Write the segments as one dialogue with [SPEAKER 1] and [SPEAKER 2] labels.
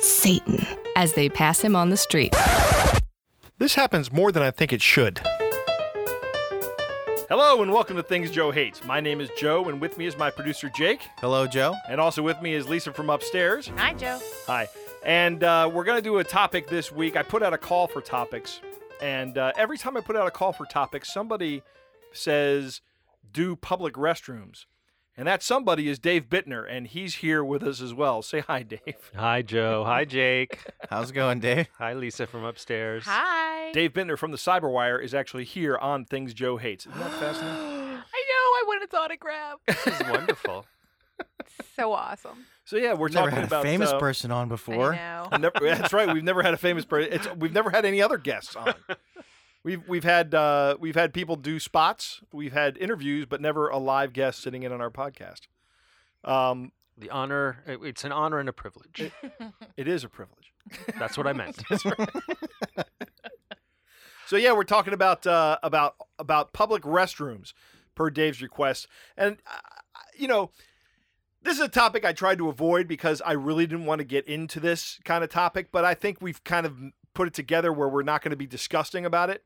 [SPEAKER 1] Satan as they pass him on the street.
[SPEAKER 2] This happens more than I think it should. Hello and welcome to Things Joe Hates. My name is Joe, and with me is my producer Jake,
[SPEAKER 3] Hello, Joe.
[SPEAKER 2] and also with me is Lisa from upstairs.
[SPEAKER 4] Hi, Joe.
[SPEAKER 2] Hi. And uh, we're going to do a topic this week. I put out a call for topics. And uh, every time I put out a call for topics, somebody says, do public restrooms. And that somebody is Dave Bittner, and he's here with us as well. Say hi, Dave.
[SPEAKER 5] Hi, Joe. Hi, Jake.
[SPEAKER 3] How's it going, Dave?
[SPEAKER 5] Hi, Lisa from upstairs.
[SPEAKER 4] Hi.
[SPEAKER 2] Dave Bittner from the Cyberwire is actually here on Things Joe Hates. Isn't that fascinating?
[SPEAKER 4] I know. I want its autograph.
[SPEAKER 5] This is wonderful.
[SPEAKER 4] so awesome.
[SPEAKER 2] So yeah, we're
[SPEAKER 3] Never
[SPEAKER 2] talking
[SPEAKER 3] had a
[SPEAKER 2] about
[SPEAKER 3] famous
[SPEAKER 2] uh,
[SPEAKER 3] person on before.
[SPEAKER 4] I know.
[SPEAKER 2] I've never- that's right. We've never had a famous person. It's, we've never had any other guests on. We've we've had uh, we've had people do spots. We've had interviews, but never a live guest sitting in on our podcast. Um,
[SPEAKER 5] The honor, it- it's an honor and a privilege.
[SPEAKER 2] it is a privilege.
[SPEAKER 5] That's what I meant.
[SPEAKER 2] So yeah, we're talking about uh, about about public restrooms per Dave's request, and uh, you know. This is a topic I tried to avoid because I really didn't want to get into this kind of topic, but I think we've kind of put it together where we're not going to be disgusting about it.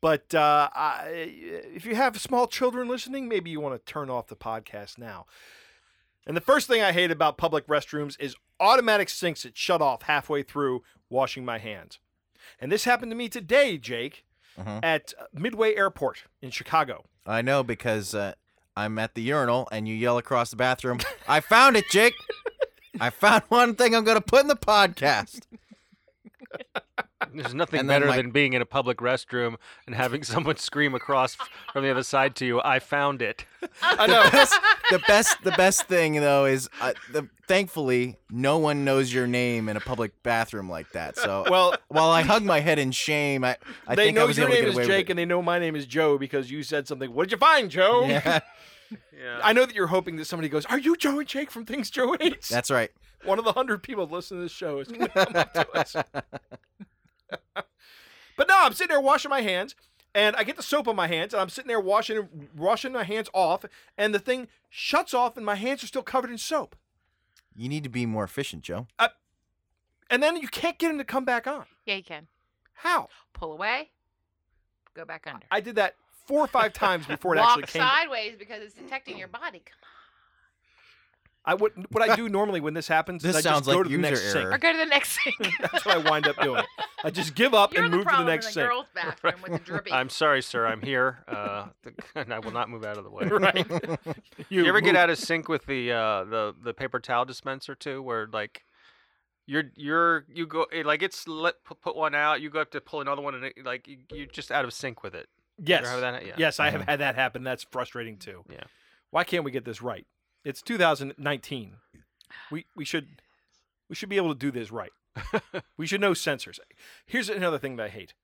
[SPEAKER 2] But uh, I, if you have small children listening, maybe you want to turn off the podcast now. And the first thing I hate about public restrooms is automatic sinks that shut off halfway through washing my hands. And this happened to me today, Jake,
[SPEAKER 3] Mhm.
[SPEAKER 2] at Midway Airport in Chicago.
[SPEAKER 3] I know because uh, I'm at the urinal and you yell across the bathroom, I found it, Jake. I found one thing I'm going to put in the podcast.
[SPEAKER 5] There's nothing
[SPEAKER 3] And then,
[SPEAKER 5] better
[SPEAKER 3] like-
[SPEAKER 5] than being in a public restroom and having someone scream across f- from the other side to you, I found it.
[SPEAKER 2] I know.
[SPEAKER 3] Best- the best the best thing though is uh, the, thankfully no one knows your name in a public bathroom like that. So
[SPEAKER 2] well,
[SPEAKER 3] while I hug my head in shame, I, I
[SPEAKER 2] they
[SPEAKER 3] think I
[SPEAKER 2] know
[SPEAKER 3] was
[SPEAKER 2] your
[SPEAKER 3] able
[SPEAKER 2] name
[SPEAKER 3] to get
[SPEAKER 2] is
[SPEAKER 3] away
[SPEAKER 2] Jake
[SPEAKER 3] with
[SPEAKER 2] and they know my name is Joe because you said something. What did you find, Joe?
[SPEAKER 3] it. Yeah,
[SPEAKER 5] Yeah.
[SPEAKER 2] I know that you're hoping that somebody goes, Are you Joe and Jake from Things Joe Hates?
[SPEAKER 3] that's right.
[SPEAKER 2] One of the hundred people listening to this show is going to come up to us. but no, I'm sitting there washing my hands, and I get the soap on my hands, and I'm sitting there washing, washing my hands off, and the thing shuts off, and my hands are still covered in soap.
[SPEAKER 3] You need to be more efficient, Joe.
[SPEAKER 2] And then you can't get them to come back on.
[SPEAKER 4] Yeah, you can
[SPEAKER 2] How?
[SPEAKER 4] pull away, go back under.
[SPEAKER 2] I did that four or five times before it
[SPEAKER 4] Walk
[SPEAKER 2] actually came.
[SPEAKER 4] sideways because it's detecting your body. Come
[SPEAKER 2] I would what I do normally when this happens is
[SPEAKER 3] This
[SPEAKER 2] I just
[SPEAKER 3] sounds
[SPEAKER 2] go
[SPEAKER 3] like
[SPEAKER 2] to the
[SPEAKER 3] user
[SPEAKER 2] next sink.
[SPEAKER 3] error.
[SPEAKER 4] on, or go to the next thing.
[SPEAKER 2] That's what I wind up doing. I just give up
[SPEAKER 4] You're
[SPEAKER 2] and
[SPEAKER 4] the
[SPEAKER 2] move to the
[SPEAKER 4] problem
[SPEAKER 2] next
[SPEAKER 4] in the
[SPEAKER 2] sink.
[SPEAKER 4] girls' bathroom with the drippy.
[SPEAKER 5] I'm sorry, sir. I'm here, uh, and I will not move out of the way.
[SPEAKER 2] Right.
[SPEAKER 5] You, ever get
[SPEAKER 2] move.
[SPEAKER 5] out of sync with the uh, the the paper towel dispenser too, where like you're you're you go it, like it's let pu- put one out, you go up to pull another one, and it, like you, you're just out of sync with it.
[SPEAKER 2] Yes.
[SPEAKER 5] ever have that? Yeah. Uh-huh.
[SPEAKER 2] Yes, I have
[SPEAKER 3] Mhm.
[SPEAKER 2] had that happen. That's frustrating too.
[SPEAKER 5] Yeah.
[SPEAKER 2] Why can't we get this right? It's 2019. We we should we should be able to do this right. we should know sensors. Here's another thing that I hate.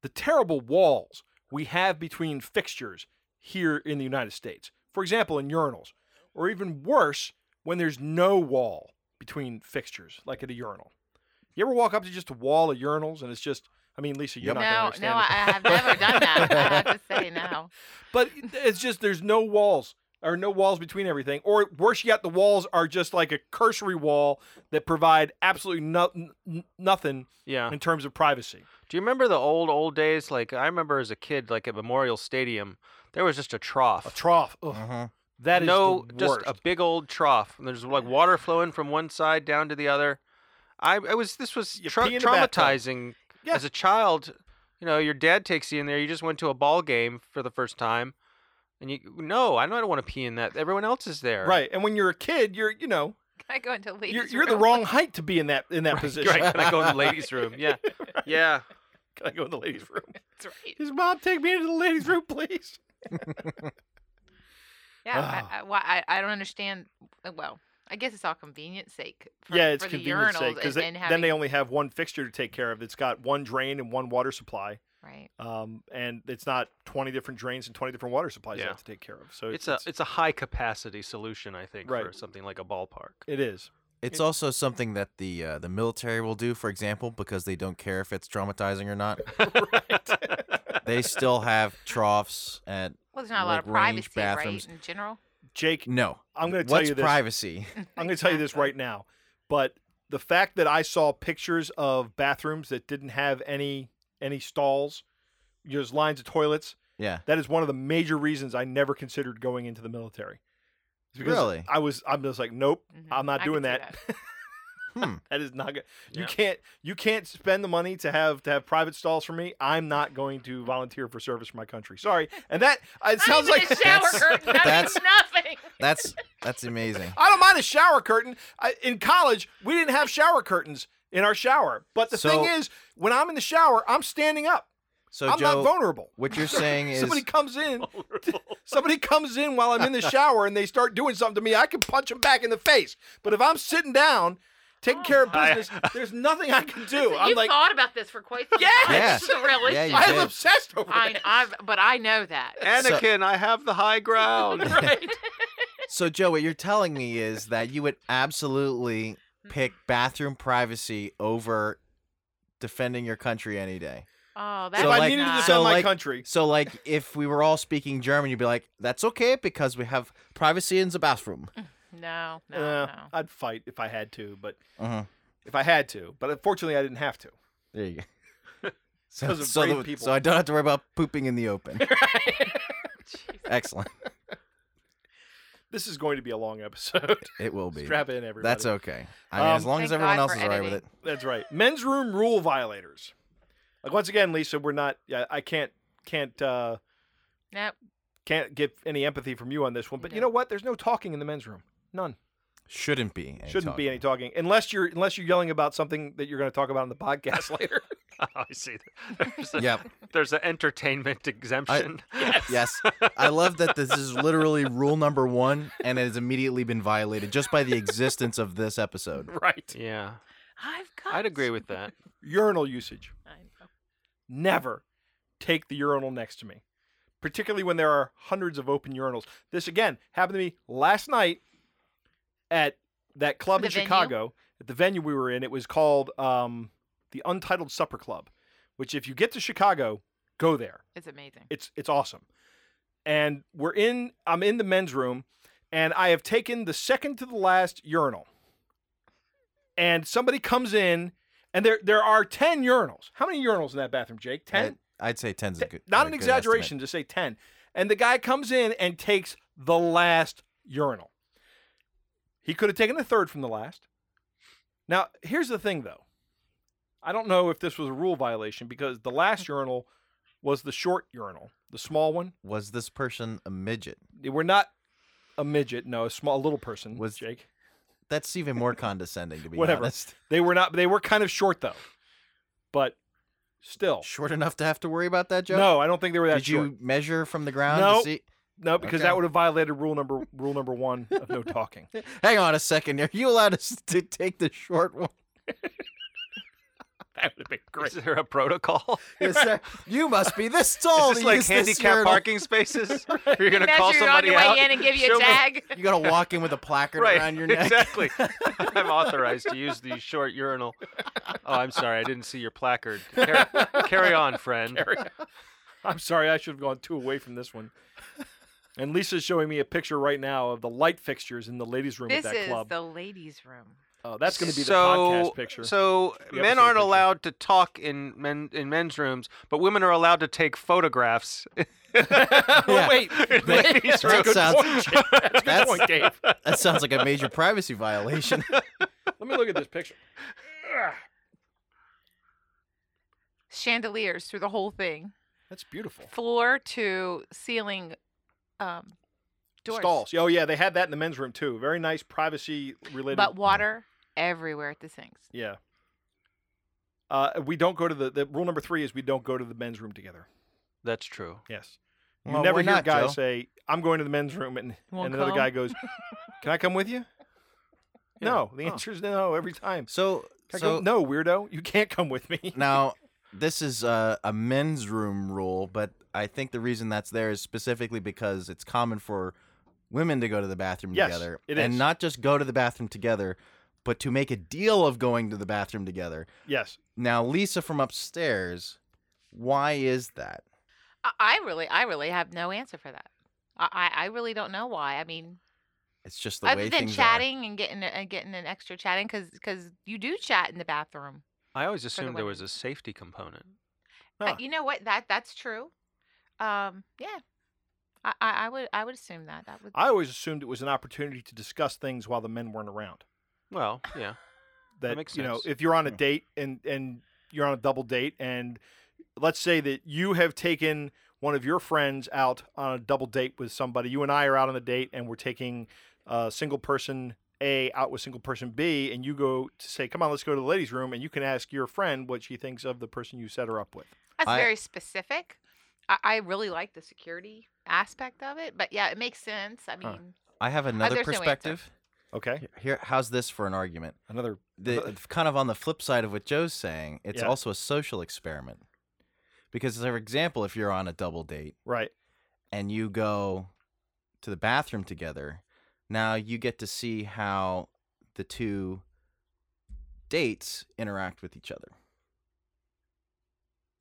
[SPEAKER 2] The terrible walls we have between fixtures here in the United States. For example, in urinals, or even worse, when there's no wall between fixtures like at a urinal. You ever walk up to just a wall of urinals and it's just I mean, Lisa, you're not
[SPEAKER 3] Yep.
[SPEAKER 4] no,
[SPEAKER 2] going to
[SPEAKER 4] no,
[SPEAKER 2] understand
[SPEAKER 4] I
[SPEAKER 2] this.
[SPEAKER 4] have never done that. I have to say no.
[SPEAKER 2] But it's just there's no walls or no walls between everything. Or worse yet, the walls are just like a cursory wall that provide absolutely no- n- nothing
[SPEAKER 5] Yeah.
[SPEAKER 2] in terms of privacy.
[SPEAKER 5] Do you remember the old old days? Like I remember as a kid, like at Memorial Stadium, there was just a trough.
[SPEAKER 2] A trough. Ugh,
[SPEAKER 3] Mhm.
[SPEAKER 2] that is
[SPEAKER 5] no,
[SPEAKER 2] the
[SPEAKER 5] just
[SPEAKER 2] worst.
[SPEAKER 5] a big old trough. And there's like water flowing from one side down to the other. I, I was this was
[SPEAKER 2] You
[SPEAKER 5] tra-
[SPEAKER 2] pee in a bathtub.
[SPEAKER 5] traumatizing
[SPEAKER 2] Yeah.
[SPEAKER 5] as a child. You know, your dad takes you in there. You just went to a ball game for the first time, and you no, I don't want to pee in that. Everyone else is there.
[SPEAKER 2] right. And when you're a kid, you're you know
[SPEAKER 4] Can I go into ladies'
[SPEAKER 2] you're, you're the
[SPEAKER 4] room?
[SPEAKER 2] wrong height to be in that in that position.
[SPEAKER 5] Right. Can I go in the ladies' room? Yeah. Yeah.
[SPEAKER 2] Can I go in the ladies' room?
[SPEAKER 4] That's right.
[SPEAKER 2] His mom take me into the ladies' room, please.
[SPEAKER 4] Yeah, I, I, why, I, I don't understand. Uh, Well, I guess it's all convenience sake. For,
[SPEAKER 2] yeah, it's
[SPEAKER 4] for
[SPEAKER 2] convenience
[SPEAKER 4] the urinals
[SPEAKER 2] sake because
[SPEAKER 4] because
[SPEAKER 2] then
[SPEAKER 4] having,
[SPEAKER 2] they only have one fixture to take care of. It's got one drain and one water supply,
[SPEAKER 4] right.
[SPEAKER 2] um, and it's not twenty different drains and twenty different water supplies you
[SPEAKER 5] Yeah.
[SPEAKER 2] have to take care of. So
[SPEAKER 5] It's a it's a high capacity solution, I think, for
[SPEAKER 2] Right.
[SPEAKER 5] something like a ballpark.
[SPEAKER 2] it is.
[SPEAKER 3] It's also something that the uh, the military will do, for example, because they don't care if it's traumatizing or not. They still have troughs at
[SPEAKER 4] Well, there's not a
[SPEAKER 3] like
[SPEAKER 4] lot of privacy,
[SPEAKER 3] range bathrooms.
[SPEAKER 4] right? In general.
[SPEAKER 2] Jake,
[SPEAKER 3] no.
[SPEAKER 2] I'm going to tell
[SPEAKER 3] What's
[SPEAKER 2] you this.
[SPEAKER 3] privacy?
[SPEAKER 2] I'm going to tell you this
[SPEAKER 4] Exactly.
[SPEAKER 2] right now. But the fact that I saw pictures of bathrooms that didn't have any any stalls, just lines of toilets,
[SPEAKER 3] Yeah.
[SPEAKER 2] that is one of the major reasons I never considered going into the military. It's because
[SPEAKER 3] Really?
[SPEAKER 2] I was I'm just like, nope,
[SPEAKER 4] Mhm.
[SPEAKER 2] I'm not
[SPEAKER 4] I
[SPEAKER 2] doing
[SPEAKER 4] could see
[SPEAKER 2] that.
[SPEAKER 3] Hmm.
[SPEAKER 2] that is not good. You
[SPEAKER 5] Yeah.
[SPEAKER 2] can't you can't spend the money to have to have private stalls for me. I'm not going to volunteer for service for my country. Sorry. And that uh, it
[SPEAKER 4] Not
[SPEAKER 2] sounds
[SPEAKER 4] even
[SPEAKER 2] like
[SPEAKER 4] a shower curtain. That
[SPEAKER 3] that's-
[SPEAKER 4] means nothing.
[SPEAKER 3] That's that's amazing.
[SPEAKER 2] I don't mind a shower curtain. I, in college, we didn't have shower curtains in our shower. But the
[SPEAKER 3] So-
[SPEAKER 2] thing is, when I'm in the shower, I'm standing up.
[SPEAKER 3] So
[SPEAKER 2] I'm
[SPEAKER 3] Joe,
[SPEAKER 2] not vulnerable.
[SPEAKER 3] what you're saying is
[SPEAKER 2] somebody comes in, somebody comes in while I'm in the shower and they start doing something to me, I can punch them back in the face. But if I'm sitting down,
[SPEAKER 4] Oh
[SPEAKER 2] taking care of
[SPEAKER 5] I-
[SPEAKER 2] business, there's nothing I can do. I'm
[SPEAKER 4] you
[SPEAKER 2] like,
[SPEAKER 4] thought about this for quite some
[SPEAKER 2] Yes!
[SPEAKER 4] time.
[SPEAKER 3] Yeah.
[SPEAKER 4] This is a really.
[SPEAKER 3] Yeah, you
[SPEAKER 2] I'm
[SPEAKER 3] did.
[SPEAKER 2] obsessed over
[SPEAKER 4] I,
[SPEAKER 2] that.
[SPEAKER 4] I've, but I know that.
[SPEAKER 5] Anakin, I have the high ground.
[SPEAKER 3] So Joe, what you're telling me is that you would absolutely pick
[SPEAKER 2] Mm-hmm.
[SPEAKER 3] bathroom privacy over defending your country any day.
[SPEAKER 4] Oh, that's
[SPEAKER 2] If
[SPEAKER 3] So,
[SPEAKER 2] I
[SPEAKER 3] like-
[SPEAKER 2] needed to
[SPEAKER 4] not-
[SPEAKER 2] defend
[SPEAKER 3] so,
[SPEAKER 2] my
[SPEAKER 3] like-
[SPEAKER 2] country,
[SPEAKER 3] So like if we were all speaking German, you'd be like, "That's okay because we have privacy in the bathroom."
[SPEAKER 2] Mm.
[SPEAKER 4] No, no,
[SPEAKER 2] uh,
[SPEAKER 4] no.
[SPEAKER 2] I'd fight if I had to, but
[SPEAKER 3] Uh-huh.
[SPEAKER 2] if I had to. But unfortunately, I didn't have to.
[SPEAKER 3] There you go. So,
[SPEAKER 2] Because of
[SPEAKER 3] so,
[SPEAKER 2] brave
[SPEAKER 3] the-
[SPEAKER 2] people.
[SPEAKER 3] so I don't have to worry about pooping in the open. Excellent.
[SPEAKER 2] This is going to be a long episode.
[SPEAKER 3] It will be.
[SPEAKER 2] Strap in, everybody.
[SPEAKER 3] That's okay. I mean,
[SPEAKER 2] Um,
[SPEAKER 3] as long as
[SPEAKER 4] Thank
[SPEAKER 3] everyone
[SPEAKER 4] God
[SPEAKER 3] else
[SPEAKER 4] for
[SPEAKER 3] is all right with it.
[SPEAKER 4] editing.
[SPEAKER 2] That's right. Men's room rule violators. Like once again, Lisa, we're not. yeah, I can't can't uh,
[SPEAKER 4] no.
[SPEAKER 2] can't get any empathy from you on this one. But you
[SPEAKER 4] No.
[SPEAKER 2] know what? There's no talking in the men's room. None.
[SPEAKER 3] Shouldn't be. any
[SPEAKER 2] Shouldn't be
[SPEAKER 3] talk.
[SPEAKER 2] any talking unless you're unless you're yelling about something that you're going to talk about on the podcast later.
[SPEAKER 5] I see. There's a,
[SPEAKER 3] Yep.
[SPEAKER 5] There's an entertainment exemption.
[SPEAKER 3] Yes. I love that this is literally rule number one, and it has immediately been violated just by the existence of this episode.
[SPEAKER 2] right.
[SPEAKER 5] Yeah.
[SPEAKER 4] I've got.
[SPEAKER 5] I'd agree with that.
[SPEAKER 2] Urinal usage.
[SPEAKER 4] I oh, know.
[SPEAKER 2] Never take the urinal next to me, particularly when there are hundreds of open urinals. This again happened to me last night at that club
[SPEAKER 4] The
[SPEAKER 2] in
[SPEAKER 4] venue?
[SPEAKER 2] Chicago at the venue we were in. It was called um, the Untitled Supper Club, which if you get to Chicago, go there.
[SPEAKER 4] It's amazing.
[SPEAKER 2] It's it's awesome. And we're in I'm in the men's room and I have taken the second to the last urinal. And somebody comes in and there there are 10 urinals. How many urinals in that bathroom, Jake? 10?
[SPEAKER 3] I, would say ten's a good.
[SPEAKER 2] Not
[SPEAKER 3] a
[SPEAKER 2] an
[SPEAKER 3] good
[SPEAKER 2] exaggeration to say 10. And the guy comes in and takes the last urinal. He could have taken the third from the last. Now, here's the thing though. I don't know if this was a rule violation because the last urinal was the short urinal, the small one.
[SPEAKER 3] estimate. Was this person a midget?
[SPEAKER 2] They were not a midget, no, a small a little person was
[SPEAKER 3] Was-
[SPEAKER 2] Jake.
[SPEAKER 3] That's even more condescending, to be
[SPEAKER 2] Whatever.
[SPEAKER 3] honest.
[SPEAKER 2] They were not they were kind of short though. But still.
[SPEAKER 3] Short enough to have to worry about that, Joe?
[SPEAKER 2] No, I don't think they were that
[SPEAKER 3] Did
[SPEAKER 2] short.
[SPEAKER 3] you measure from the ground?
[SPEAKER 2] No.
[SPEAKER 3] To see?
[SPEAKER 2] No, because
[SPEAKER 3] Okay.
[SPEAKER 2] that would have violated rule number rule number 1 of no talking.
[SPEAKER 3] Hang on a second. Are you allowed us to take the short one?
[SPEAKER 2] that would have been
[SPEAKER 5] Is there a protocol?
[SPEAKER 3] Is there- you must be this tall.
[SPEAKER 5] Is Oh, this
[SPEAKER 3] to
[SPEAKER 5] like
[SPEAKER 3] use this
[SPEAKER 5] handicap
[SPEAKER 3] urinal.
[SPEAKER 5] parking spaces? You're
[SPEAKER 4] They
[SPEAKER 5] gonna call
[SPEAKER 4] measure you on
[SPEAKER 5] somebody
[SPEAKER 4] your way
[SPEAKER 5] out
[SPEAKER 4] in and give you
[SPEAKER 5] Show
[SPEAKER 4] a
[SPEAKER 5] me-
[SPEAKER 4] tag.
[SPEAKER 3] You gotta walk in with a placard
[SPEAKER 5] Right.
[SPEAKER 3] around your neck.
[SPEAKER 5] Exactly. I'm authorized to use the short urinal. Oh, I'm sorry. I didn't see your placard. Carry, carry on, friend.
[SPEAKER 2] I'm sorry, I should have gone two away from this one. And Lisa's showing me a picture right now of the light fixtures in the ladies' room
[SPEAKER 4] This
[SPEAKER 2] at that
[SPEAKER 4] is
[SPEAKER 2] club.
[SPEAKER 4] the ladies' room.
[SPEAKER 2] Oh, that's going to be the
[SPEAKER 5] so,
[SPEAKER 2] podcast picture.
[SPEAKER 5] So
[SPEAKER 2] The
[SPEAKER 5] men
[SPEAKER 2] episode
[SPEAKER 5] aren't
[SPEAKER 2] picture.
[SPEAKER 5] allowed to talk in men in men's rooms, but women are allowed to take photographs.
[SPEAKER 2] Well, wait,
[SPEAKER 5] in ladies'
[SPEAKER 3] That
[SPEAKER 5] rooms.
[SPEAKER 2] good
[SPEAKER 3] sounds-
[SPEAKER 2] point, Jake. That's a good
[SPEAKER 3] That's-
[SPEAKER 2] point, Dave.
[SPEAKER 3] That sounds like a major privacy violation.
[SPEAKER 2] Let me look at this picture.
[SPEAKER 4] Chandeliers through the whole thing,
[SPEAKER 2] That's beautiful.
[SPEAKER 4] floor to ceiling, um, doors.
[SPEAKER 2] Stalls. Oh yeah, they had that in the men's room too. Very nice privacy related.
[SPEAKER 4] But water everywhere at the sinks.
[SPEAKER 2] yeah. Uh, we don't go to the, the rule number three is we don't go to the men's room together.
[SPEAKER 5] That's true.
[SPEAKER 2] Yes. You
[SPEAKER 3] Well,
[SPEAKER 2] never
[SPEAKER 3] why
[SPEAKER 2] hear a
[SPEAKER 3] not,
[SPEAKER 2] guy
[SPEAKER 3] Joe?
[SPEAKER 2] say, "I'm going to the men's room," and,
[SPEAKER 4] Won't
[SPEAKER 2] and another
[SPEAKER 4] come.
[SPEAKER 2] guy goes, "Can I come with you?"
[SPEAKER 5] Yeah.
[SPEAKER 2] No, the
[SPEAKER 3] Huh.
[SPEAKER 2] answer is no every time.
[SPEAKER 3] So,
[SPEAKER 2] I go,
[SPEAKER 3] so
[SPEAKER 2] no, weirdo, you can't come with me.
[SPEAKER 3] now this is a, a men's room rule, but I think the reason that's there is specifically because it's common for women to go to the bathroom
[SPEAKER 2] Yes,
[SPEAKER 3] together,
[SPEAKER 2] it
[SPEAKER 3] and
[SPEAKER 2] is.
[SPEAKER 3] not just go to the bathroom together, but to make a deal of going to the bathroom together.
[SPEAKER 2] Yes.
[SPEAKER 3] Now, Lisa from upstairs, why is that?
[SPEAKER 4] I, I really, I really have no answer for that. I, I I really don't know why. I mean,
[SPEAKER 3] It's just the
[SPEAKER 4] other
[SPEAKER 3] way
[SPEAKER 4] than
[SPEAKER 3] things
[SPEAKER 4] chatting and getting and getting an extra chatting, because you do chat in the bathroom.
[SPEAKER 5] I always
[SPEAKER 4] the
[SPEAKER 5] assumed there was
[SPEAKER 4] women.
[SPEAKER 5] a safety component.
[SPEAKER 4] Uh,
[SPEAKER 2] Huh.
[SPEAKER 4] you know what? That that's true. Um, yeah, I, I, I would I would assume that that would.
[SPEAKER 2] I always assumed it was an opportunity to discuss things while the men weren't around.
[SPEAKER 5] Well, yeah.
[SPEAKER 2] That,
[SPEAKER 5] makes
[SPEAKER 2] you know,
[SPEAKER 5] sense.
[SPEAKER 2] if you're on a
[SPEAKER 3] Yeah.
[SPEAKER 2] date and and you're on a double date and let's say that you have taken one of your friends out on a double date with somebody. You and I are out on a date and we're taking uh, single person A out with single person B and you go to say, "Come on, let's go to the ladies' room," and you can ask your friend what she thinks of the person you set her up with.
[SPEAKER 4] That's
[SPEAKER 3] I-
[SPEAKER 4] very specific. I, I really like the security aspect of it, but yeah, it makes sense. I mean,
[SPEAKER 2] Huh.
[SPEAKER 3] I have another
[SPEAKER 4] there's no answer.
[SPEAKER 3] perspective.
[SPEAKER 2] Okay?
[SPEAKER 3] Here, how's this for an argument?
[SPEAKER 2] Another
[SPEAKER 3] the kind of on the flip side of what Joe's saying, it's
[SPEAKER 2] Yeah.
[SPEAKER 3] also a social experiment. Because for example, if you're on a double date
[SPEAKER 2] right.
[SPEAKER 3] and you go to the bathroom together, now you get to see how the two dates interact with each other.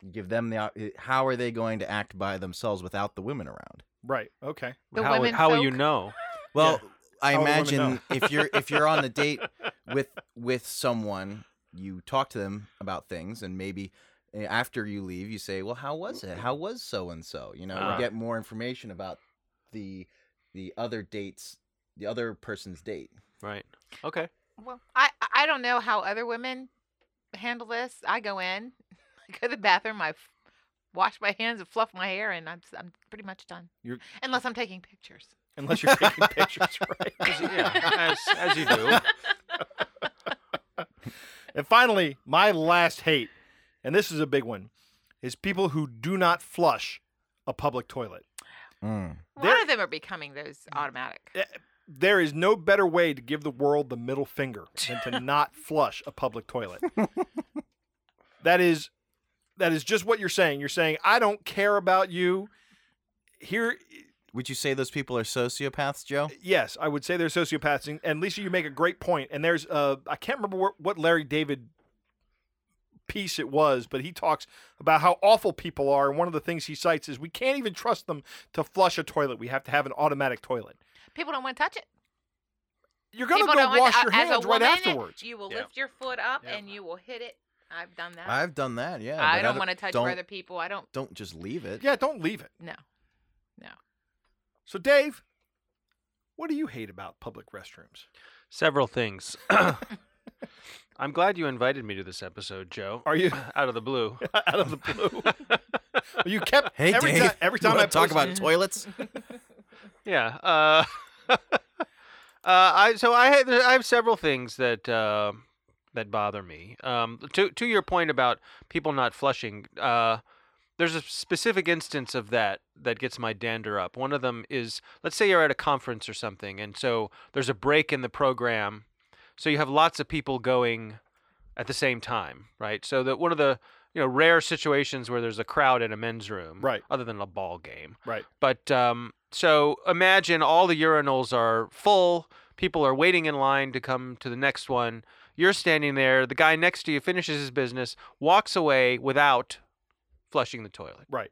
[SPEAKER 3] You give them the op- how are they going to act by themselves without the women around?
[SPEAKER 2] Right. Okay.
[SPEAKER 4] The
[SPEAKER 5] how would,
[SPEAKER 4] women
[SPEAKER 5] how will you
[SPEAKER 4] folk.
[SPEAKER 5] know?
[SPEAKER 3] Well, I
[SPEAKER 2] How would women
[SPEAKER 3] imagine
[SPEAKER 2] know?
[SPEAKER 3] if you're if you're on the date with with someone you talk to them about things and maybe eh, after you leave you say well how was it how was so and so you know
[SPEAKER 5] Ah.
[SPEAKER 2] Uh.
[SPEAKER 3] you get more information about the the other dates the other person's date
[SPEAKER 5] Right. Okay.
[SPEAKER 4] Well, I I- I don't know how other women handle this. I go in, I go to the bathroom, I f- wash my hands and fluff my hair, and I'm s- I'm pretty much done.
[SPEAKER 2] You're-
[SPEAKER 4] Unless I'm taking pictures.
[SPEAKER 2] Unless you're taking pictures, right?
[SPEAKER 5] yeah, as, as you do.
[SPEAKER 2] And finally, my last hate, and this is a big one, is people who do not flush a public toilet.
[SPEAKER 3] Mm.
[SPEAKER 4] A lot
[SPEAKER 2] There-
[SPEAKER 4] of them are becoming those automatic.
[SPEAKER 2] Eh, There is no better way to give the world the middle finger than to not flush a public toilet. that is that is just what you're saying. You're saying I don't care about you. Here
[SPEAKER 3] would you say those people are sociopaths joe
[SPEAKER 2] yes, I would say they're sociopaths. And, and Lisa, you make a great point. And there's, uh, I can't remember what, what Larry David piece it was, but he talks about how awful people are. And one of the things he cites is we can't even trust them to flush a toilet. We have to have an automatic toilet.
[SPEAKER 4] People don't want to touch it.
[SPEAKER 2] You're gonna
[SPEAKER 4] People
[SPEAKER 2] go
[SPEAKER 4] don't want
[SPEAKER 2] wash
[SPEAKER 4] to-
[SPEAKER 2] your
[SPEAKER 4] uh, as a
[SPEAKER 2] hands right
[SPEAKER 4] woman,
[SPEAKER 2] afterwards.
[SPEAKER 4] You will
[SPEAKER 5] Yeah.
[SPEAKER 4] lift your foot up
[SPEAKER 5] Yeah.
[SPEAKER 4] and you will hit it. I've done that.
[SPEAKER 3] i've done that yeah
[SPEAKER 4] I
[SPEAKER 3] but
[SPEAKER 4] don't want to touch
[SPEAKER 3] don't,
[SPEAKER 4] where other people. I don't.
[SPEAKER 3] don't just leave it
[SPEAKER 2] Yeah, don't leave it.
[SPEAKER 4] No.
[SPEAKER 2] So, Dave, what do you hate about public restrooms?
[SPEAKER 5] Several things. I'm glad you invited me to this episode, Joe.
[SPEAKER 2] Are you
[SPEAKER 5] Out of the blue.
[SPEAKER 2] out of the blue? you kept
[SPEAKER 3] hey
[SPEAKER 2] every
[SPEAKER 3] Dave,
[SPEAKER 2] time. Every
[SPEAKER 3] you
[SPEAKER 2] time
[SPEAKER 3] wanna
[SPEAKER 2] I
[SPEAKER 3] talk
[SPEAKER 2] post-
[SPEAKER 3] about toilets
[SPEAKER 5] Yeah. Uh, uh, I so I had, I have several things that uh, that bother me. Um, to to your point about people not flushing, uh, there's a specific instance of that that gets my dander up. One of them is let's say you're at a conference or something, and so there's a break in the program, so you have lots of people going at the same time, right? So that one of the you know rare situations where there's a crowd in a men's room,
[SPEAKER 2] Right.
[SPEAKER 5] Other than a ball game,
[SPEAKER 2] Right.
[SPEAKER 5] but um, so imagine all the urinals are full. People are waiting in line to come to the next one. You're standing there. The guy next to you finishes his business, walks away without flushing the toilet,
[SPEAKER 2] Right.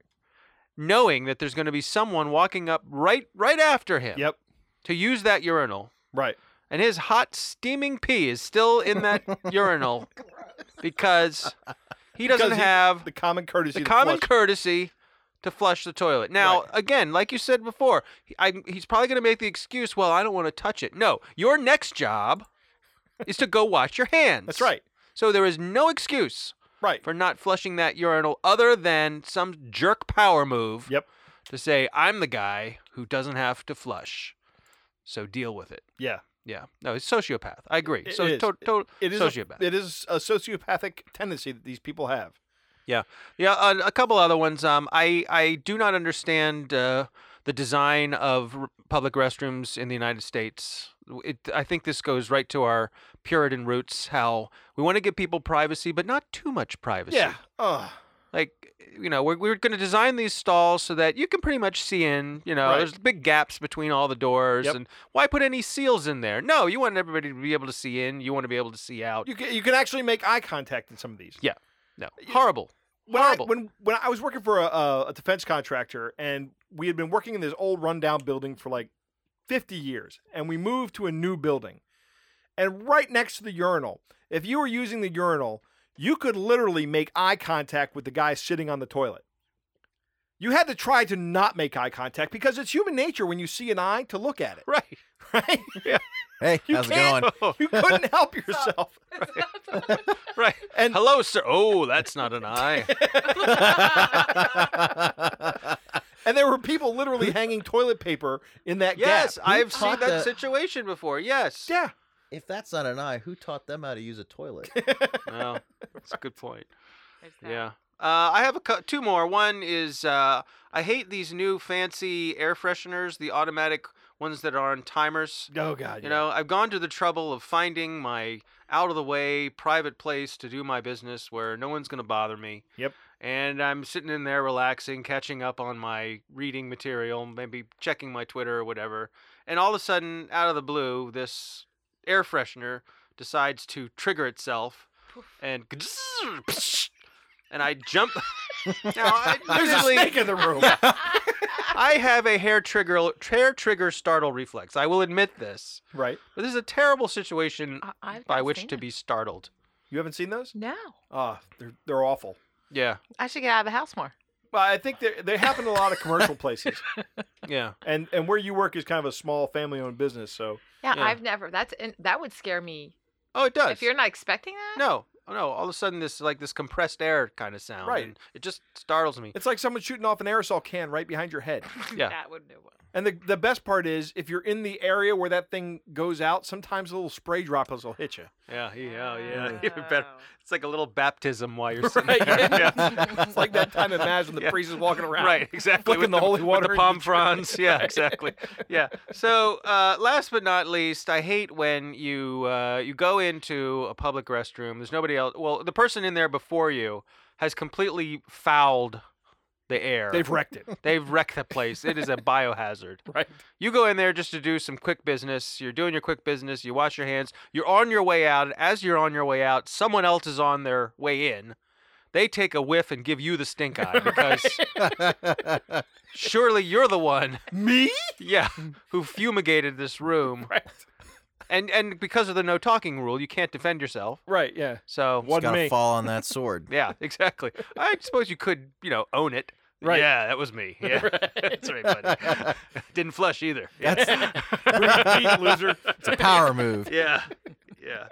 [SPEAKER 5] knowing that there's going to be someone walking up right right after him
[SPEAKER 2] Yep.
[SPEAKER 5] to use that urinal,
[SPEAKER 2] Right.
[SPEAKER 5] and his hot steaming pee is still in that urinal because he doesn't
[SPEAKER 2] Because he-
[SPEAKER 5] have
[SPEAKER 2] The common courtesy.
[SPEAKER 5] the
[SPEAKER 2] to
[SPEAKER 5] common
[SPEAKER 2] flush.
[SPEAKER 5] courtesy to flush the toilet. Now,
[SPEAKER 2] Right.
[SPEAKER 5] again, like you said before, he- I, he's probably going to make the excuse, "Well, I don't want to touch it." No, your next job is to go wash your hands.
[SPEAKER 2] That's right.
[SPEAKER 5] So there is no excuse
[SPEAKER 2] Right.
[SPEAKER 5] for not flushing that urinal other than some jerk power move
[SPEAKER 2] Yep.
[SPEAKER 5] to say, "I'm the guy who doesn't have to flush." So deal with it.
[SPEAKER 2] Yeah.
[SPEAKER 5] Yeah. No, it's sociopath. I agree.
[SPEAKER 2] It
[SPEAKER 5] so
[SPEAKER 2] is.
[SPEAKER 5] to- to-
[SPEAKER 2] It is
[SPEAKER 5] sociopath.
[SPEAKER 2] A, it is a sociopathic tendency that these people have.
[SPEAKER 5] Yeah, a, a couple other ones. Um, I I do not understand uh, the design of r- public restrooms in the United States. W- It, I think this goes right to our Puritan roots. How we want to give people privacy, but not too much privacy.
[SPEAKER 2] Yeah. Ugh.
[SPEAKER 5] Like you know, we're we're going to design these stalls so that you can pretty much see in. You know,
[SPEAKER 2] Right.
[SPEAKER 5] there's big gaps between all the doors,
[SPEAKER 2] Yep.
[SPEAKER 5] and why put any seals in there? No, you want everybody to be able to see in. You want to be able to see out.
[SPEAKER 2] You can, you can actually make eye contact in some of these.
[SPEAKER 5] Yeah. no, horrible.
[SPEAKER 2] when I,
[SPEAKER 5] Horrible.
[SPEAKER 2] when when I was working for a, a, a defense contractor, and we had been working in this old rundown building for like fifty years, and we moved to a new building, and right next to the urinal, if you were using the urinal, you could literally make eye contact with the guy sitting on the toilet. You had to try to not make eye contact because it's human nature when you see an eye to look at it,
[SPEAKER 5] Right.
[SPEAKER 2] right?
[SPEAKER 3] Hey,
[SPEAKER 2] You
[SPEAKER 3] how's it
[SPEAKER 2] can't-
[SPEAKER 3] going?
[SPEAKER 2] You couldn't help yourself.
[SPEAKER 5] right.
[SPEAKER 2] And-
[SPEAKER 5] hello, sir. Oh, that's not an eye.
[SPEAKER 2] And there were people literally hanging toilet paper in that
[SPEAKER 5] yes,
[SPEAKER 2] gap.
[SPEAKER 5] I've seen
[SPEAKER 3] taught
[SPEAKER 5] that
[SPEAKER 3] the-
[SPEAKER 5] situation before. Yes.
[SPEAKER 2] Yeah.
[SPEAKER 3] if that's not an eye, who taught them how to use a toilet?
[SPEAKER 5] No, that's a good point.
[SPEAKER 4] There's that.
[SPEAKER 5] Yeah. Uh, I have a cou- two more. One is uh, I hate these new fancy air fresheners, the automatic ones that are on timers.
[SPEAKER 2] Oh God.
[SPEAKER 5] You know, I've gone to the trouble of finding my out of the way private place to do my business where no one's going to bother me.
[SPEAKER 2] Yep.
[SPEAKER 5] And I'm sitting in there relaxing, catching up on my reading material, maybe checking my Twitter or whatever. And all of a sudden, out of the blue, this air freshener decides to trigger itself and and I jump. now, I,
[SPEAKER 2] There's a
[SPEAKER 5] admittedly,
[SPEAKER 2] snake in the room.
[SPEAKER 5] I have a hair trigger hair trigger startle reflex. I will admit this.
[SPEAKER 2] Right.
[SPEAKER 5] But this is a terrible situation
[SPEAKER 2] Oh,
[SPEAKER 4] I- I've
[SPEAKER 5] by
[SPEAKER 4] not
[SPEAKER 5] which
[SPEAKER 4] seen
[SPEAKER 5] to
[SPEAKER 4] it.
[SPEAKER 5] be startled.
[SPEAKER 2] You haven't seen those?
[SPEAKER 4] No,
[SPEAKER 2] Ah, they're they're awful.
[SPEAKER 5] Yeah,
[SPEAKER 4] I should get out of the house more.
[SPEAKER 2] Well, I think they they happen in a lot of commercial places,
[SPEAKER 5] yeah.
[SPEAKER 2] and and where you work is kind of a small family-owned business. So
[SPEAKER 4] Yeah,
[SPEAKER 5] Yeah.
[SPEAKER 4] I've never. That's and that would scare me
[SPEAKER 5] Oh, it does.
[SPEAKER 4] if you're not expecting that.
[SPEAKER 5] no, oh, no. All of a sudden, this like this compressed air kind of sound.
[SPEAKER 2] Right.
[SPEAKER 5] and It just startles me.
[SPEAKER 2] it's like someone shooting off an aerosol can right behind your head.
[SPEAKER 5] Yeah.
[SPEAKER 4] that would do.
[SPEAKER 2] And the the best part is, if you're in the area where that thing goes out, sometimes little spray droplets will hit you.
[SPEAKER 5] Yeah. Yeah. Yeah.
[SPEAKER 4] Oh.
[SPEAKER 5] Even better. It's like a little baptism while you're sitting
[SPEAKER 2] Right,
[SPEAKER 5] there.
[SPEAKER 2] yeah.
[SPEAKER 5] Yeah.
[SPEAKER 2] It's like that time at mass when the
[SPEAKER 5] Yeah.
[SPEAKER 2] priest is walking around.
[SPEAKER 5] Right, exactly.
[SPEAKER 2] Flicking the holy water
[SPEAKER 5] with
[SPEAKER 2] in
[SPEAKER 5] the
[SPEAKER 2] the
[SPEAKER 5] palm
[SPEAKER 2] tray.
[SPEAKER 5] fronds. Yeah,
[SPEAKER 2] Right.
[SPEAKER 5] exactly. Yeah. So, uh, last but not least, I hate when you uh, you go into a public restroom. There's nobody else. Well, the person in there before you has completely fouled the air.
[SPEAKER 2] They've wrecked it.
[SPEAKER 5] They've wrecked the place. It is a biohazard.
[SPEAKER 2] Right.
[SPEAKER 5] You go in there just to do some quick business. You're doing your quick business. You wash your hands. You're on your way out. As you're on your way out, someone else is on their way in. They take a whiff and give you the stink eye because surely you're the one,
[SPEAKER 2] Me?
[SPEAKER 5] yeah, who fumigated this room.
[SPEAKER 2] Right.
[SPEAKER 5] And and because of the no talking rule, you can't defend yourself.
[SPEAKER 2] Right. Yeah.
[SPEAKER 5] So
[SPEAKER 2] One
[SPEAKER 3] Gotta
[SPEAKER 2] me.
[SPEAKER 3] fall on that sword.
[SPEAKER 5] yeah, exactly. I suppose you could, you know, own it.
[SPEAKER 2] Right.
[SPEAKER 5] Yeah, that was me. Yeah. That's right, buddy. Didn't flush either.
[SPEAKER 3] That's-
[SPEAKER 2] Repeat, loser.
[SPEAKER 3] It's a power move.
[SPEAKER 5] yeah. Yeah.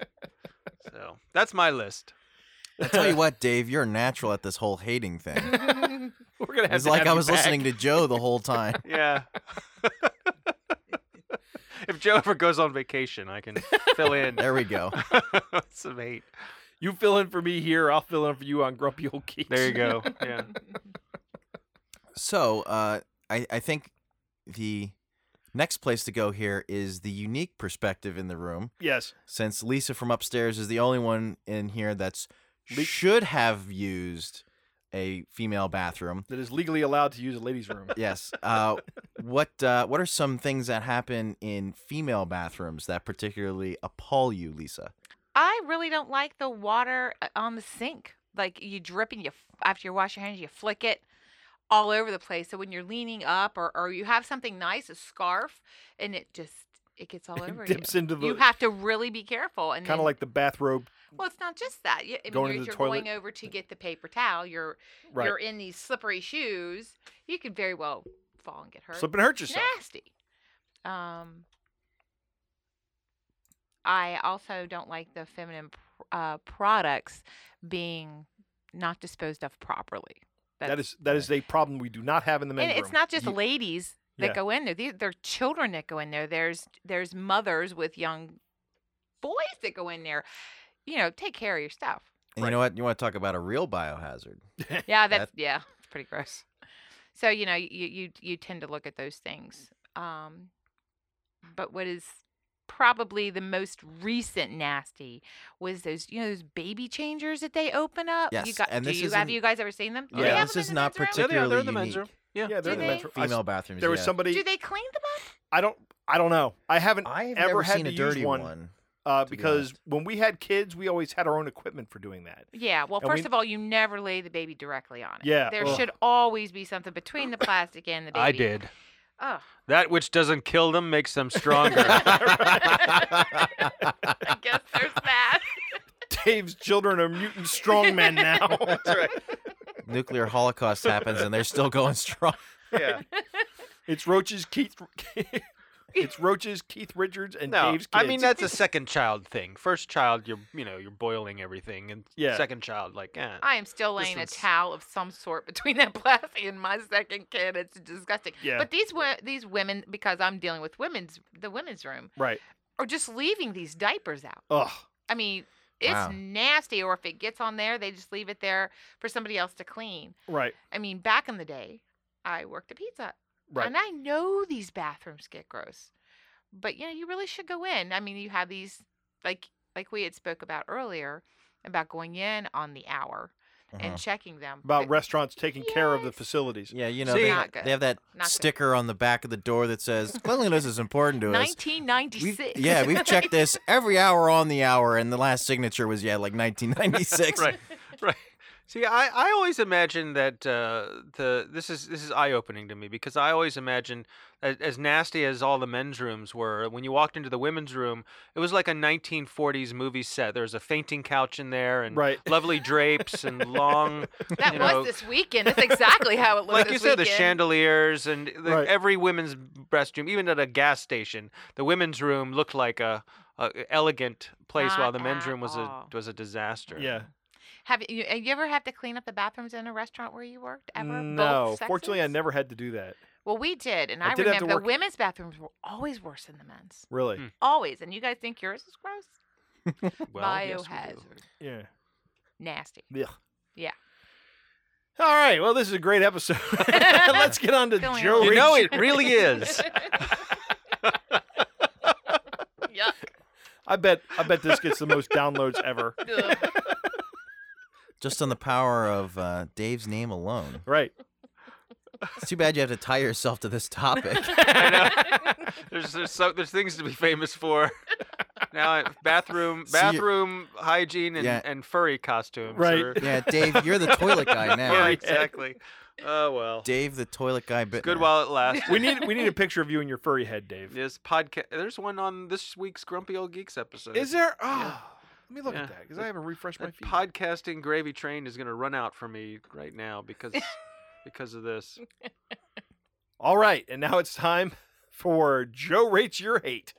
[SPEAKER 5] So that's my list.
[SPEAKER 3] I tell you what, Dave, you're a natural at this whole hating thing.
[SPEAKER 2] We're gonna have
[SPEAKER 3] It's
[SPEAKER 2] to
[SPEAKER 3] like
[SPEAKER 2] have
[SPEAKER 3] I
[SPEAKER 2] you
[SPEAKER 3] was
[SPEAKER 2] back.
[SPEAKER 3] listening to Joe the whole time.
[SPEAKER 5] Yeah. if Joe ever goes on vacation, I can fill in
[SPEAKER 3] There we go.
[SPEAKER 5] some hate.
[SPEAKER 2] You fill in for me here. I'll fill in for you on Grumpy Old Geeks.
[SPEAKER 5] There you go. Yeah.
[SPEAKER 3] So uh, I, I think the next place to go here is the unique perspective in the room,
[SPEAKER 2] Yes.
[SPEAKER 3] since Lisa from upstairs is the only one in here that's
[SPEAKER 2] Le-
[SPEAKER 3] should have used a female bathroom.
[SPEAKER 2] That is legally allowed to use a ladies' room.
[SPEAKER 3] Yes. Uh, what uh, What are some things that happen in female bathrooms that particularly appall you, Lisa?
[SPEAKER 4] I really don't like the water uh, on the sink. Like you drip and you f- after you wash your hands, you flick it all over the place. So when you're leaning up or, or you have something nice, a scarf, and it just it gets all over
[SPEAKER 2] Dips
[SPEAKER 4] you.
[SPEAKER 2] into the
[SPEAKER 4] you have to really be careful. And
[SPEAKER 2] kind of
[SPEAKER 4] then-
[SPEAKER 2] like the bathrobe.
[SPEAKER 4] well, it's not just that. You, I mean,
[SPEAKER 2] going
[SPEAKER 4] you're,
[SPEAKER 2] to the
[SPEAKER 4] you're
[SPEAKER 2] toilet.
[SPEAKER 4] going over to get the paper towel. You're
[SPEAKER 2] Right.
[SPEAKER 4] you're in these slippery shoes. You could very well fall and get hurt.
[SPEAKER 2] Slip and hurt yourself.
[SPEAKER 4] Nasty. Um, I also don't like the feminine pr- uh, products being not disposed of properly.
[SPEAKER 2] That is that is a problem we do not have in the men's
[SPEAKER 4] and it's
[SPEAKER 2] room.
[SPEAKER 4] not just
[SPEAKER 2] You-
[SPEAKER 4] ladies that
[SPEAKER 2] Yeah.
[SPEAKER 4] go in there. These there are children that go in there. There's there's mothers with young boys that go in there. You know, take care of your stuff.
[SPEAKER 3] And you know what? You want to talk about a real biohazard?
[SPEAKER 4] Yeah,
[SPEAKER 3] That-
[SPEAKER 4] that's yeah, it's pretty gross. So you know, you you you tend to look at those things. Um, but what is probably the most recent nasty was those you know those baby changers that they open up. You
[SPEAKER 3] Yes,
[SPEAKER 4] got,
[SPEAKER 3] and
[SPEAKER 4] do
[SPEAKER 3] this
[SPEAKER 4] you, have
[SPEAKER 3] isn't-
[SPEAKER 4] you guys ever seen them? Do
[SPEAKER 2] Yeah,
[SPEAKER 4] they have
[SPEAKER 3] this
[SPEAKER 4] them in
[SPEAKER 3] is
[SPEAKER 4] the
[SPEAKER 3] not
[SPEAKER 4] men's room?
[SPEAKER 5] Yeah, they are. They're in
[SPEAKER 3] Particularly
[SPEAKER 5] the men's room.
[SPEAKER 3] unique.
[SPEAKER 5] Yeah.
[SPEAKER 2] Yeah, they're in the
[SPEAKER 4] they?
[SPEAKER 2] men's room. I s-
[SPEAKER 3] Female bathrooms.
[SPEAKER 2] There was
[SPEAKER 3] yeah.
[SPEAKER 2] somebody.
[SPEAKER 4] Do they clean them up?
[SPEAKER 2] I don't. I don't know. I haven't
[SPEAKER 3] I have
[SPEAKER 2] ever
[SPEAKER 3] never
[SPEAKER 2] had
[SPEAKER 3] seen
[SPEAKER 2] to
[SPEAKER 3] a
[SPEAKER 2] use
[SPEAKER 3] dirty
[SPEAKER 2] one.
[SPEAKER 3] one.
[SPEAKER 2] uh,
[SPEAKER 3] to be
[SPEAKER 2] because
[SPEAKER 3] honest.
[SPEAKER 2] when we had kids, we always had our own equipment for doing that.
[SPEAKER 4] Yeah. Well,
[SPEAKER 2] And we-
[SPEAKER 4] first of all, you never lay the baby directly on it.
[SPEAKER 2] Yeah,
[SPEAKER 4] There
[SPEAKER 2] ugh.
[SPEAKER 4] should always be something between the plastic and the baby.
[SPEAKER 5] I did.
[SPEAKER 4] Oh,
[SPEAKER 5] That which doesn't kill them makes them stronger.
[SPEAKER 4] I guess there's that.
[SPEAKER 2] Dave's children are mutant strongmen now. That's right.
[SPEAKER 3] Nuclear holocaust happens and they're still going strong.
[SPEAKER 2] Yeah. It's Roach's Keith. it's Roach's Keith Richards and
[SPEAKER 5] no,
[SPEAKER 2] Dave's kids.
[SPEAKER 5] I mean that's a second child thing. First child, you're you know you're boiling everything, and
[SPEAKER 2] Yeah.
[SPEAKER 5] second child, like eh.
[SPEAKER 4] I am still
[SPEAKER 5] This
[SPEAKER 4] laying a
[SPEAKER 5] one's-
[SPEAKER 4] towel of some sort between that plastic and my second kid. It's disgusting.
[SPEAKER 2] Yeah.
[SPEAKER 4] But these wo- these women, because I'm dealing with women's the women's room,
[SPEAKER 2] right.
[SPEAKER 4] are just leaving these diapers out.
[SPEAKER 2] Ugh.
[SPEAKER 4] I mean, it's
[SPEAKER 3] Wow.
[SPEAKER 4] nasty. Or if it gets on there, they just leave it there for somebody else to clean.
[SPEAKER 2] Right.
[SPEAKER 4] I mean, back in the day, I worked at Pizza Hut.
[SPEAKER 2] Right.
[SPEAKER 4] And I know these bathrooms get gross, but you know, you really should go in. I mean, you have these like like we had spoke about earlier about going in on the hour
[SPEAKER 3] Mhm.
[SPEAKER 4] and checking them.
[SPEAKER 2] Uh-huh. About
[SPEAKER 4] but
[SPEAKER 2] restaurants taking care of the
[SPEAKER 4] Yes.
[SPEAKER 2] facilities.
[SPEAKER 3] Yeah, you know,
[SPEAKER 5] See-
[SPEAKER 3] they,
[SPEAKER 4] Not good.
[SPEAKER 3] they have that
[SPEAKER 4] Not good.
[SPEAKER 3] sticker on the back of the door that says, cleanliness is important to us. We've-
[SPEAKER 4] 1996.
[SPEAKER 3] yeah, we've checked this every hour on the hour, and the last signature was, yeah, like 1996.
[SPEAKER 5] right, right. See, I, I always imagine that uh, the this is this is eye opening to me because I always imagine as, as nasty as all the men's rooms were. When you walked into the women's room, it was like a 1940s movie set. There was a fainting couch in there and
[SPEAKER 2] Right.
[SPEAKER 5] lovely drapes and long,
[SPEAKER 4] that
[SPEAKER 5] you
[SPEAKER 4] was
[SPEAKER 5] know,
[SPEAKER 4] this weekend. That's exactly how it looked.
[SPEAKER 5] like you
[SPEAKER 4] this
[SPEAKER 5] said, the
[SPEAKER 4] weekend.
[SPEAKER 5] chandeliers and the,
[SPEAKER 2] Right.
[SPEAKER 5] every women's restroom, even at a gas station, the women's room looked like a, a elegant place,
[SPEAKER 4] Not
[SPEAKER 5] while the men's
[SPEAKER 4] at
[SPEAKER 5] room was
[SPEAKER 4] all.
[SPEAKER 5] a was a disaster.
[SPEAKER 2] Yeah.
[SPEAKER 4] Have you, uh, you ever have to clean up the bathrooms in a restaurant where you worked ever?
[SPEAKER 2] No.
[SPEAKER 4] Both
[SPEAKER 2] Fortunately, I
[SPEAKER 4] sexes?
[SPEAKER 2] never had to do that.
[SPEAKER 4] Well, we did, and
[SPEAKER 2] I
[SPEAKER 4] I,
[SPEAKER 2] did have to
[SPEAKER 4] remember the
[SPEAKER 2] work-
[SPEAKER 4] women's bathrooms were always worse than the men's.
[SPEAKER 2] Really.
[SPEAKER 5] Hmm.
[SPEAKER 4] Always, and you guys think yours is gross?
[SPEAKER 5] Well, yes, we do.
[SPEAKER 4] Biohazard,
[SPEAKER 2] Yeah.
[SPEAKER 4] nasty.
[SPEAKER 2] Ugh.
[SPEAKER 4] Yeah.
[SPEAKER 2] All right. Well, this is a great episode. Let's get on to
[SPEAKER 4] Going
[SPEAKER 2] Joe.
[SPEAKER 4] on.
[SPEAKER 5] You
[SPEAKER 2] Rich-
[SPEAKER 5] know it really is.
[SPEAKER 4] Yuck.
[SPEAKER 2] I bet. I bet this gets the most downloads ever.
[SPEAKER 4] Ugh.
[SPEAKER 3] Just on the power of uh, Dave's name alone.
[SPEAKER 2] Right.
[SPEAKER 3] It's too bad you have to tie yourself to this topic.
[SPEAKER 5] I know. there's there's, so, there's things to be famous for. Now, I- bathroom
[SPEAKER 3] So you-
[SPEAKER 5] bathroom hygiene and,
[SPEAKER 3] Yeah.
[SPEAKER 5] and furry costumes.
[SPEAKER 2] Right.
[SPEAKER 5] are-
[SPEAKER 3] yeah, Dave, you're the toilet guy now.
[SPEAKER 5] yeah, exactly. Oh well.
[SPEAKER 3] Dave, the toilet guy. But
[SPEAKER 5] It's good while it lasts.
[SPEAKER 2] We need. We need a picture of you and your furry head, Dave.
[SPEAKER 5] This podcast. There's one on this week's Grumpy Old Geeks episode.
[SPEAKER 2] Is there? Oh, let me look
[SPEAKER 5] Yeah.
[SPEAKER 2] at that because I haven't refreshed my
[SPEAKER 5] That
[SPEAKER 2] feed.
[SPEAKER 5] podcasting gravy train is gonna run out for me right now because because of this.
[SPEAKER 2] All right, and now it's time for Joe rates your hate.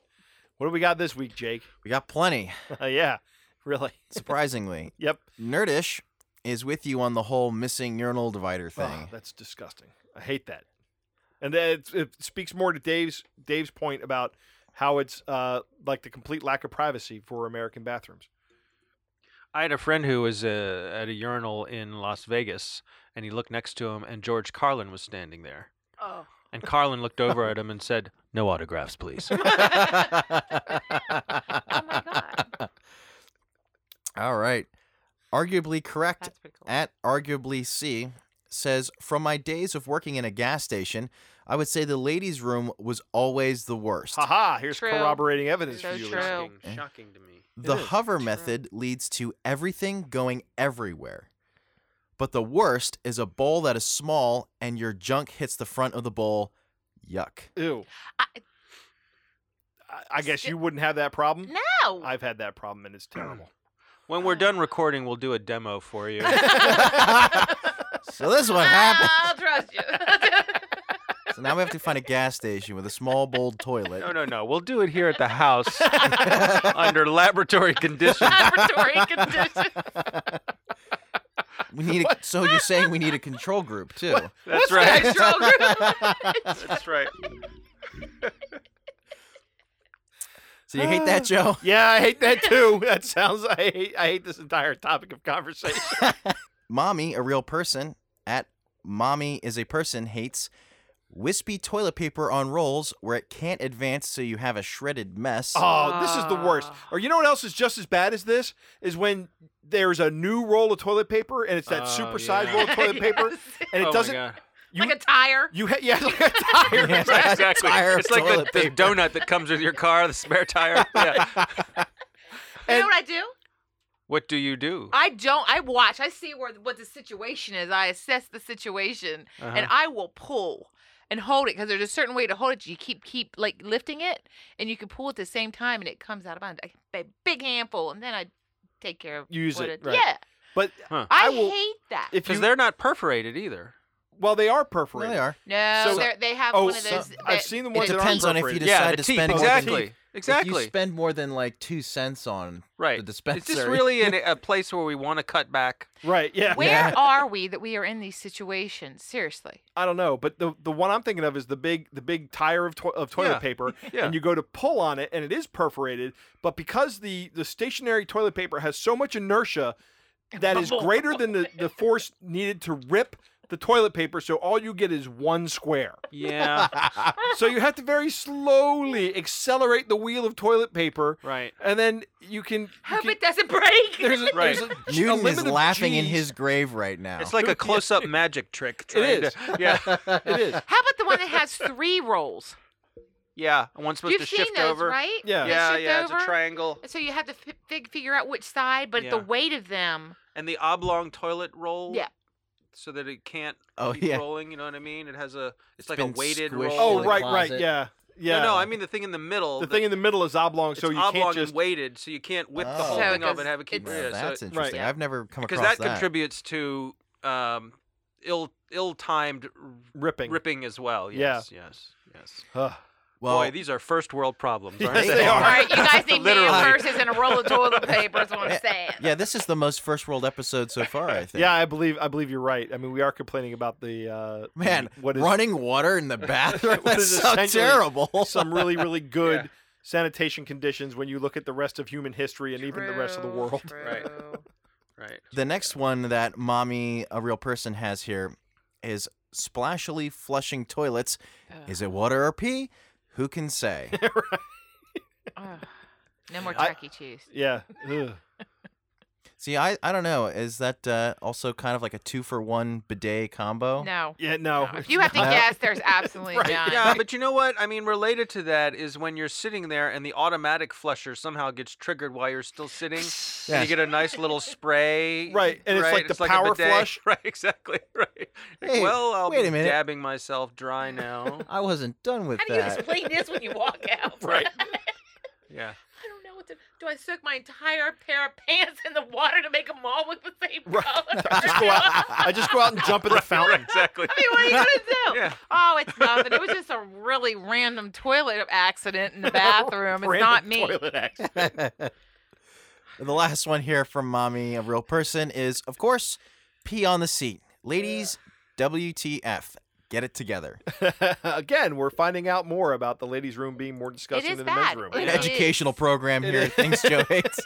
[SPEAKER 2] What do we got this week, Jake?
[SPEAKER 3] we got plenty.
[SPEAKER 2] Uh, yeah, really.
[SPEAKER 3] Surprisingly,
[SPEAKER 2] Yep.
[SPEAKER 3] Nerdish is with you on the whole missing urinal divider
[SPEAKER 2] Oh,
[SPEAKER 3] thing.
[SPEAKER 2] that's disgusting. I hate that. And that it, it speaks more to Dave's Dave's point about how it's uh, like the complete lack of privacy for American bathrooms.
[SPEAKER 5] I had a friend who was uh, at a urinal in Las Vegas, and he looked next to him, and George Carlin was standing there.
[SPEAKER 4] Oh.
[SPEAKER 5] And Carlin looked over at him and said, "No autographs, please."
[SPEAKER 4] Oh my god.
[SPEAKER 3] All right. Arguably correct
[SPEAKER 4] That's pretty cool.
[SPEAKER 3] at arguably C says from my days of working in a gas station, I would say the ladies' room was always the worst.
[SPEAKER 2] Haha, here's
[SPEAKER 4] True.
[SPEAKER 2] corroborating evidence for
[SPEAKER 4] So
[SPEAKER 2] you.
[SPEAKER 4] true.
[SPEAKER 2] Lisa.
[SPEAKER 5] Shocking, shocking to me.
[SPEAKER 3] The
[SPEAKER 2] It is.
[SPEAKER 3] hover method leads to everything going everywhere. But the worst is a bowl that is small and your junk hits the front of the bowl. Yuck.
[SPEAKER 2] Ew. I,
[SPEAKER 4] I-
[SPEAKER 2] I guess you wouldn't have that problem.
[SPEAKER 4] No.
[SPEAKER 2] I've had that problem and it's terrible.
[SPEAKER 5] When we're done recording, we'll do a demo for you.
[SPEAKER 3] So this is what happened.
[SPEAKER 4] I'll trust you.
[SPEAKER 3] So now we have to find a gas station with a small bowl toilet.
[SPEAKER 5] No, no, no. We'll do it here at the house under laboratory conditions.
[SPEAKER 4] Laboratory condition.
[SPEAKER 3] We need a, so you're saying we need a control group too.
[SPEAKER 5] That's right.
[SPEAKER 4] Control group.
[SPEAKER 5] That's right.
[SPEAKER 3] So you hate
[SPEAKER 2] Oh.
[SPEAKER 3] that, Joe?
[SPEAKER 2] Yeah, I hate that too. That sounds I hate I hate this entire topic of conversation.
[SPEAKER 3] Mommy, a real person at Mommy is a Person hates wispy toilet paper on rolls where it can't advance so you have a shredded mess.
[SPEAKER 2] Oh, this is the worst.
[SPEAKER 4] Ah.
[SPEAKER 2] Or you know what else is just as bad as this is when there's a new roll of toilet paper and it's that
[SPEAKER 5] Oh,
[SPEAKER 2] supersized
[SPEAKER 5] yeah.
[SPEAKER 2] roll of toilet paper
[SPEAKER 4] Yes.
[SPEAKER 2] and it
[SPEAKER 5] Oh my
[SPEAKER 2] doesn't.
[SPEAKER 5] God.
[SPEAKER 2] You,
[SPEAKER 4] like a tire.
[SPEAKER 2] you ha- yeah, like a tire.
[SPEAKER 3] Yeah.
[SPEAKER 2] Exactly.
[SPEAKER 5] exactly.
[SPEAKER 3] Tire of
[SPEAKER 5] it's like
[SPEAKER 3] toilet
[SPEAKER 5] the, the
[SPEAKER 3] paper.
[SPEAKER 5] donut that comes with your car, the spare tire. Yeah.
[SPEAKER 4] you
[SPEAKER 2] and-
[SPEAKER 4] know what I do?
[SPEAKER 5] what do you do?
[SPEAKER 4] I don't. I watch. I see where what the situation is. I assess the situation, and
[SPEAKER 5] Uh-huh.
[SPEAKER 4] I will pull and hold it because there's a certain way to hold it. You keep keep like lifting it, and you can pull at the same time, and it comes out of my a big handful, and then I take care of
[SPEAKER 2] You use
[SPEAKER 4] what
[SPEAKER 2] it, right.
[SPEAKER 4] Yeah,
[SPEAKER 2] But
[SPEAKER 4] I,
[SPEAKER 2] I will-
[SPEAKER 4] hate that.
[SPEAKER 2] if
[SPEAKER 5] Because
[SPEAKER 2] you,
[SPEAKER 5] they're not perforated either.
[SPEAKER 2] well, they are
[SPEAKER 3] Well,
[SPEAKER 2] perforated.
[SPEAKER 3] they are.
[SPEAKER 4] no,
[SPEAKER 2] so-
[SPEAKER 4] they're they have
[SPEAKER 2] Oh,
[SPEAKER 4] one of
[SPEAKER 2] so-
[SPEAKER 4] those.
[SPEAKER 2] I've
[SPEAKER 4] that-
[SPEAKER 2] seen the
[SPEAKER 4] it
[SPEAKER 2] ones that aren't
[SPEAKER 3] depends on if you
[SPEAKER 2] perforated.
[SPEAKER 3] decide
[SPEAKER 5] yeah, the
[SPEAKER 3] to
[SPEAKER 5] teeth.
[SPEAKER 3] spend more than-
[SPEAKER 5] exactly.
[SPEAKER 3] If
[SPEAKER 5] Exactly.
[SPEAKER 3] you spend more than like two cents on
[SPEAKER 5] right.
[SPEAKER 3] the dispenser,
[SPEAKER 5] Is this really in a, a place where we want to cut back?
[SPEAKER 2] Right? Yeah.
[SPEAKER 4] Where
[SPEAKER 3] Yeah.
[SPEAKER 4] are we that we are in these situations? Seriously,
[SPEAKER 2] I don't know, but the the one I'm thinking of is the big the big tire of, to- of toilet
[SPEAKER 5] Yeah.
[SPEAKER 2] paper,
[SPEAKER 5] Yeah.
[SPEAKER 2] and you go to pull on it, and it is perforated. But because the the stationary toilet paper has so much inertia that is greater than the the force needed to rip the toilet paper, so all you get is one square.
[SPEAKER 5] Yeah.
[SPEAKER 2] so you have to very slowly accelerate the wheel of toilet paper,
[SPEAKER 5] right.
[SPEAKER 2] and then you can. you
[SPEAKER 4] hope
[SPEAKER 2] can-
[SPEAKER 4] it doesn't break.
[SPEAKER 2] there's a,
[SPEAKER 5] Right.
[SPEAKER 2] there's a, a
[SPEAKER 3] Newton
[SPEAKER 2] limit
[SPEAKER 3] is
[SPEAKER 2] of
[SPEAKER 3] laughing in
[SPEAKER 2] Gs.
[SPEAKER 3] his grave right now.
[SPEAKER 5] It's like a close-up magic trick. trying
[SPEAKER 2] Oh. It
[SPEAKER 5] to-
[SPEAKER 2] is.
[SPEAKER 5] yeah.
[SPEAKER 2] It is.
[SPEAKER 4] How about the one that has three rolls?
[SPEAKER 5] Yeah. And one's supposed
[SPEAKER 4] You've
[SPEAKER 5] to
[SPEAKER 4] seen
[SPEAKER 5] shift
[SPEAKER 4] those,
[SPEAKER 5] over.
[SPEAKER 4] right?
[SPEAKER 2] Yeah.
[SPEAKER 4] They
[SPEAKER 5] Yeah.
[SPEAKER 4] shift
[SPEAKER 5] Yeah.
[SPEAKER 4] over.
[SPEAKER 5] It's a triangle.
[SPEAKER 4] So you have to fi- fig- figure out which side, but the
[SPEAKER 5] Yeah.
[SPEAKER 4] weight of them.
[SPEAKER 5] and the oblong toilet roll.
[SPEAKER 4] Yeah.
[SPEAKER 5] So that it can't
[SPEAKER 3] Oh,
[SPEAKER 5] keep
[SPEAKER 3] yeah.
[SPEAKER 5] rolling. You know what I mean? It has a. It's,
[SPEAKER 3] It's
[SPEAKER 5] like a
[SPEAKER 3] been
[SPEAKER 5] weighted
[SPEAKER 3] squished
[SPEAKER 5] roll.
[SPEAKER 3] in
[SPEAKER 2] Oh
[SPEAKER 3] the
[SPEAKER 2] right, right,
[SPEAKER 3] closet.
[SPEAKER 2] yeah, yeah.
[SPEAKER 5] No, no. I mean the thing in the middle.
[SPEAKER 2] the thing in the middle is oblong,
[SPEAKER 5] it's
[SPEAKER 2] so you
[SPEAKER 5] oblong
[SPEAKER 2] can't just
[SPEAKER 5] and weighted, so you can't whip the
[SPEAKER 3] Oh.
[SPEAKER 5] whole
[SPEAKER 4] So it
[SPEAKER 5] thing up
[SPEAKER 4] does-
[SPEAKER 5] and have it keep.
[SPEAKER 4] it's-
[SPEAKER 3] Well,
[SPEAKER 5] yeah, so
[SPEAKER 3] that's
[SPEAKER 5] it-
[SPEAKER 3] interesting.
[SPEAKER 4] Yeah.
[SPEAKER 3] I've never come
[SPEAKER 5] because
[SPEAKER 3] across
[SPEAKER 5] that
[SPEAKER 3] that.
[SPEAKER 5] contributes to um, ill ill-timed r-
[SPEAKER 2] ripping.
[SPEAKER 5] ripping as well.
[SPEAKER 2] Yeah.
[SPEAKER 5] Yes, yes, yes.
[SPEAKER 2] Ugh.
[SPEAKER 3] well,
[SPEAKER 5] Boy, these are first world problems, aren't
[SPEAKER 2] Yes,
[SPEAKER 5] they?
[SPEAKER 2] they are.
[SPEAKER 4] All right, you guys need
[SPEAKER 5] Literally.
[SPEAKER 4] man verses and a roll of toilet paper. Is what I'm saying.
[SPEAKER 3] yeah, this is the most first world episode so far. I think.
[SPEAKER 2] Yeah, I believe I believe you're right. I mean, we are complaining about the uh,
[SPEAKER 3] Man,
[SPEAKER 2] what is
[SPEAKER 3] running water in the bathroom.
[SPEAKER 2] What
[SPEAKER 3] That's
[SPEAKER 2] is
[SPEAKER 3] so
[SPEAKER 2] essentially
[SPEAKER 3] terrible.
[SPEAKER 2] some really really good
[SPEAKER 5] Yeah.
[SPEAKER 2] sanitation conditions when you look at the rest of human history and even the rest of the
[SPEAKER 4] True,
[SPEAKER 2] world.
[SPEAKER 5] Right.
[SPEAKER 4] true.
[SPEAKER 5] Right.
[SPEAKER 3] The next one that mommy, a real person, has here is splashily flushing toilets. Is it water or pee? Who can say?
[SPEAKER 4] Ugh. no more
[SPEAKER 2] I-
[SPEAKER 4] Chuck E. Cheese.
[SPEAKER 2] Yeah. Ugh.
[SPEAKER 3] See, I, I don't know. Is that uh, also kind of like a two for one bidet combo?
[SPEAKER 4] No.
[SPEAKER 2] Yeah. No.
[SPEAKER 4] No. If you have to
[SPEAKER 3] not.
[SPEAKER 4] guess, there's absolutely
[SPEAKER 2] Right,
[SPEAKER 4] none.
[SPEAKER 5] Yeah, but you know what? I mean, related to that is when you're sitting there and the automatic flusher somehow gets triggered while you're still sitting, and
[SPEAKER 3] Yes.
[SPEAKER 5] you get a nice little spray.
[SPEAKER 2] Right, and it's like the
[SPEAKER 5] a
[SPEAKER 2] power
[SPEAKER 5] bidet.
[SPEAKER 2] flush.
[SPEAKER 5] Right, exactly. Right. Like,
[SPEAKER 3] Hey,
[SPEAKER 5] well, I'll
[SPEAKER 3] wait a
[SPEAKER 5] be
[SPEAKER 3] minute.
[SPEAKER 5] dabbing myself dry now.
[SPEAKER 3] I wasn't done with
[SPEAKER 4] How do you
[SPEAKER 3] that.
[SPEAKER 4] explain this when you walk out?
[SPEAKER 5] Right.
[SPEAKER 4] I
[SPEAKER 5] yeah.
[SPEAKER 4] don't know what to. Do I soak my entire pair of pants in the water to make them all look the same
[SPEAKER 2] Right.
[SPEAKER 4] color?
[SPEAKER 2] I just go out. I just go out and jump in the fountain.
[SPEAKER 5] Exactly.
[SPEAKER 4] I mean, what are you gonna do?
[SPEAKER 5] Yeah.
[SPEAKER 4] Oh, it's nothing. It was just a really random toilet accident in the bathroom. It's
[SPEAKER 2] Oh, Random
[SPEAKER 4] not me.
[SPEAKER 2] Toilet accident.
[SPEAKER 3] the last one here from mommy, a real person, is of course pee on the seat. Ladies, WTF? Get it together.
[SPEAKER 2] Again, we're finding out more about the ladies' room being more disgusting
[SPEAKER 4] is
[SPEAKER 2] than
[SPEAKER 4] bad.
[SPEAKER 2] the men's
[SPEAKER 4] It
[SPEAKER 2] room.
[SPEAKER 3] An
[SPEAKER 4] Yeah. is.
[SPEAKER 3] educational program
[SPEAKER 2] It
[SPEAKER 3] here.
[SPEAKER 2] is.
[SPEAKER 3] at Things Joe hates.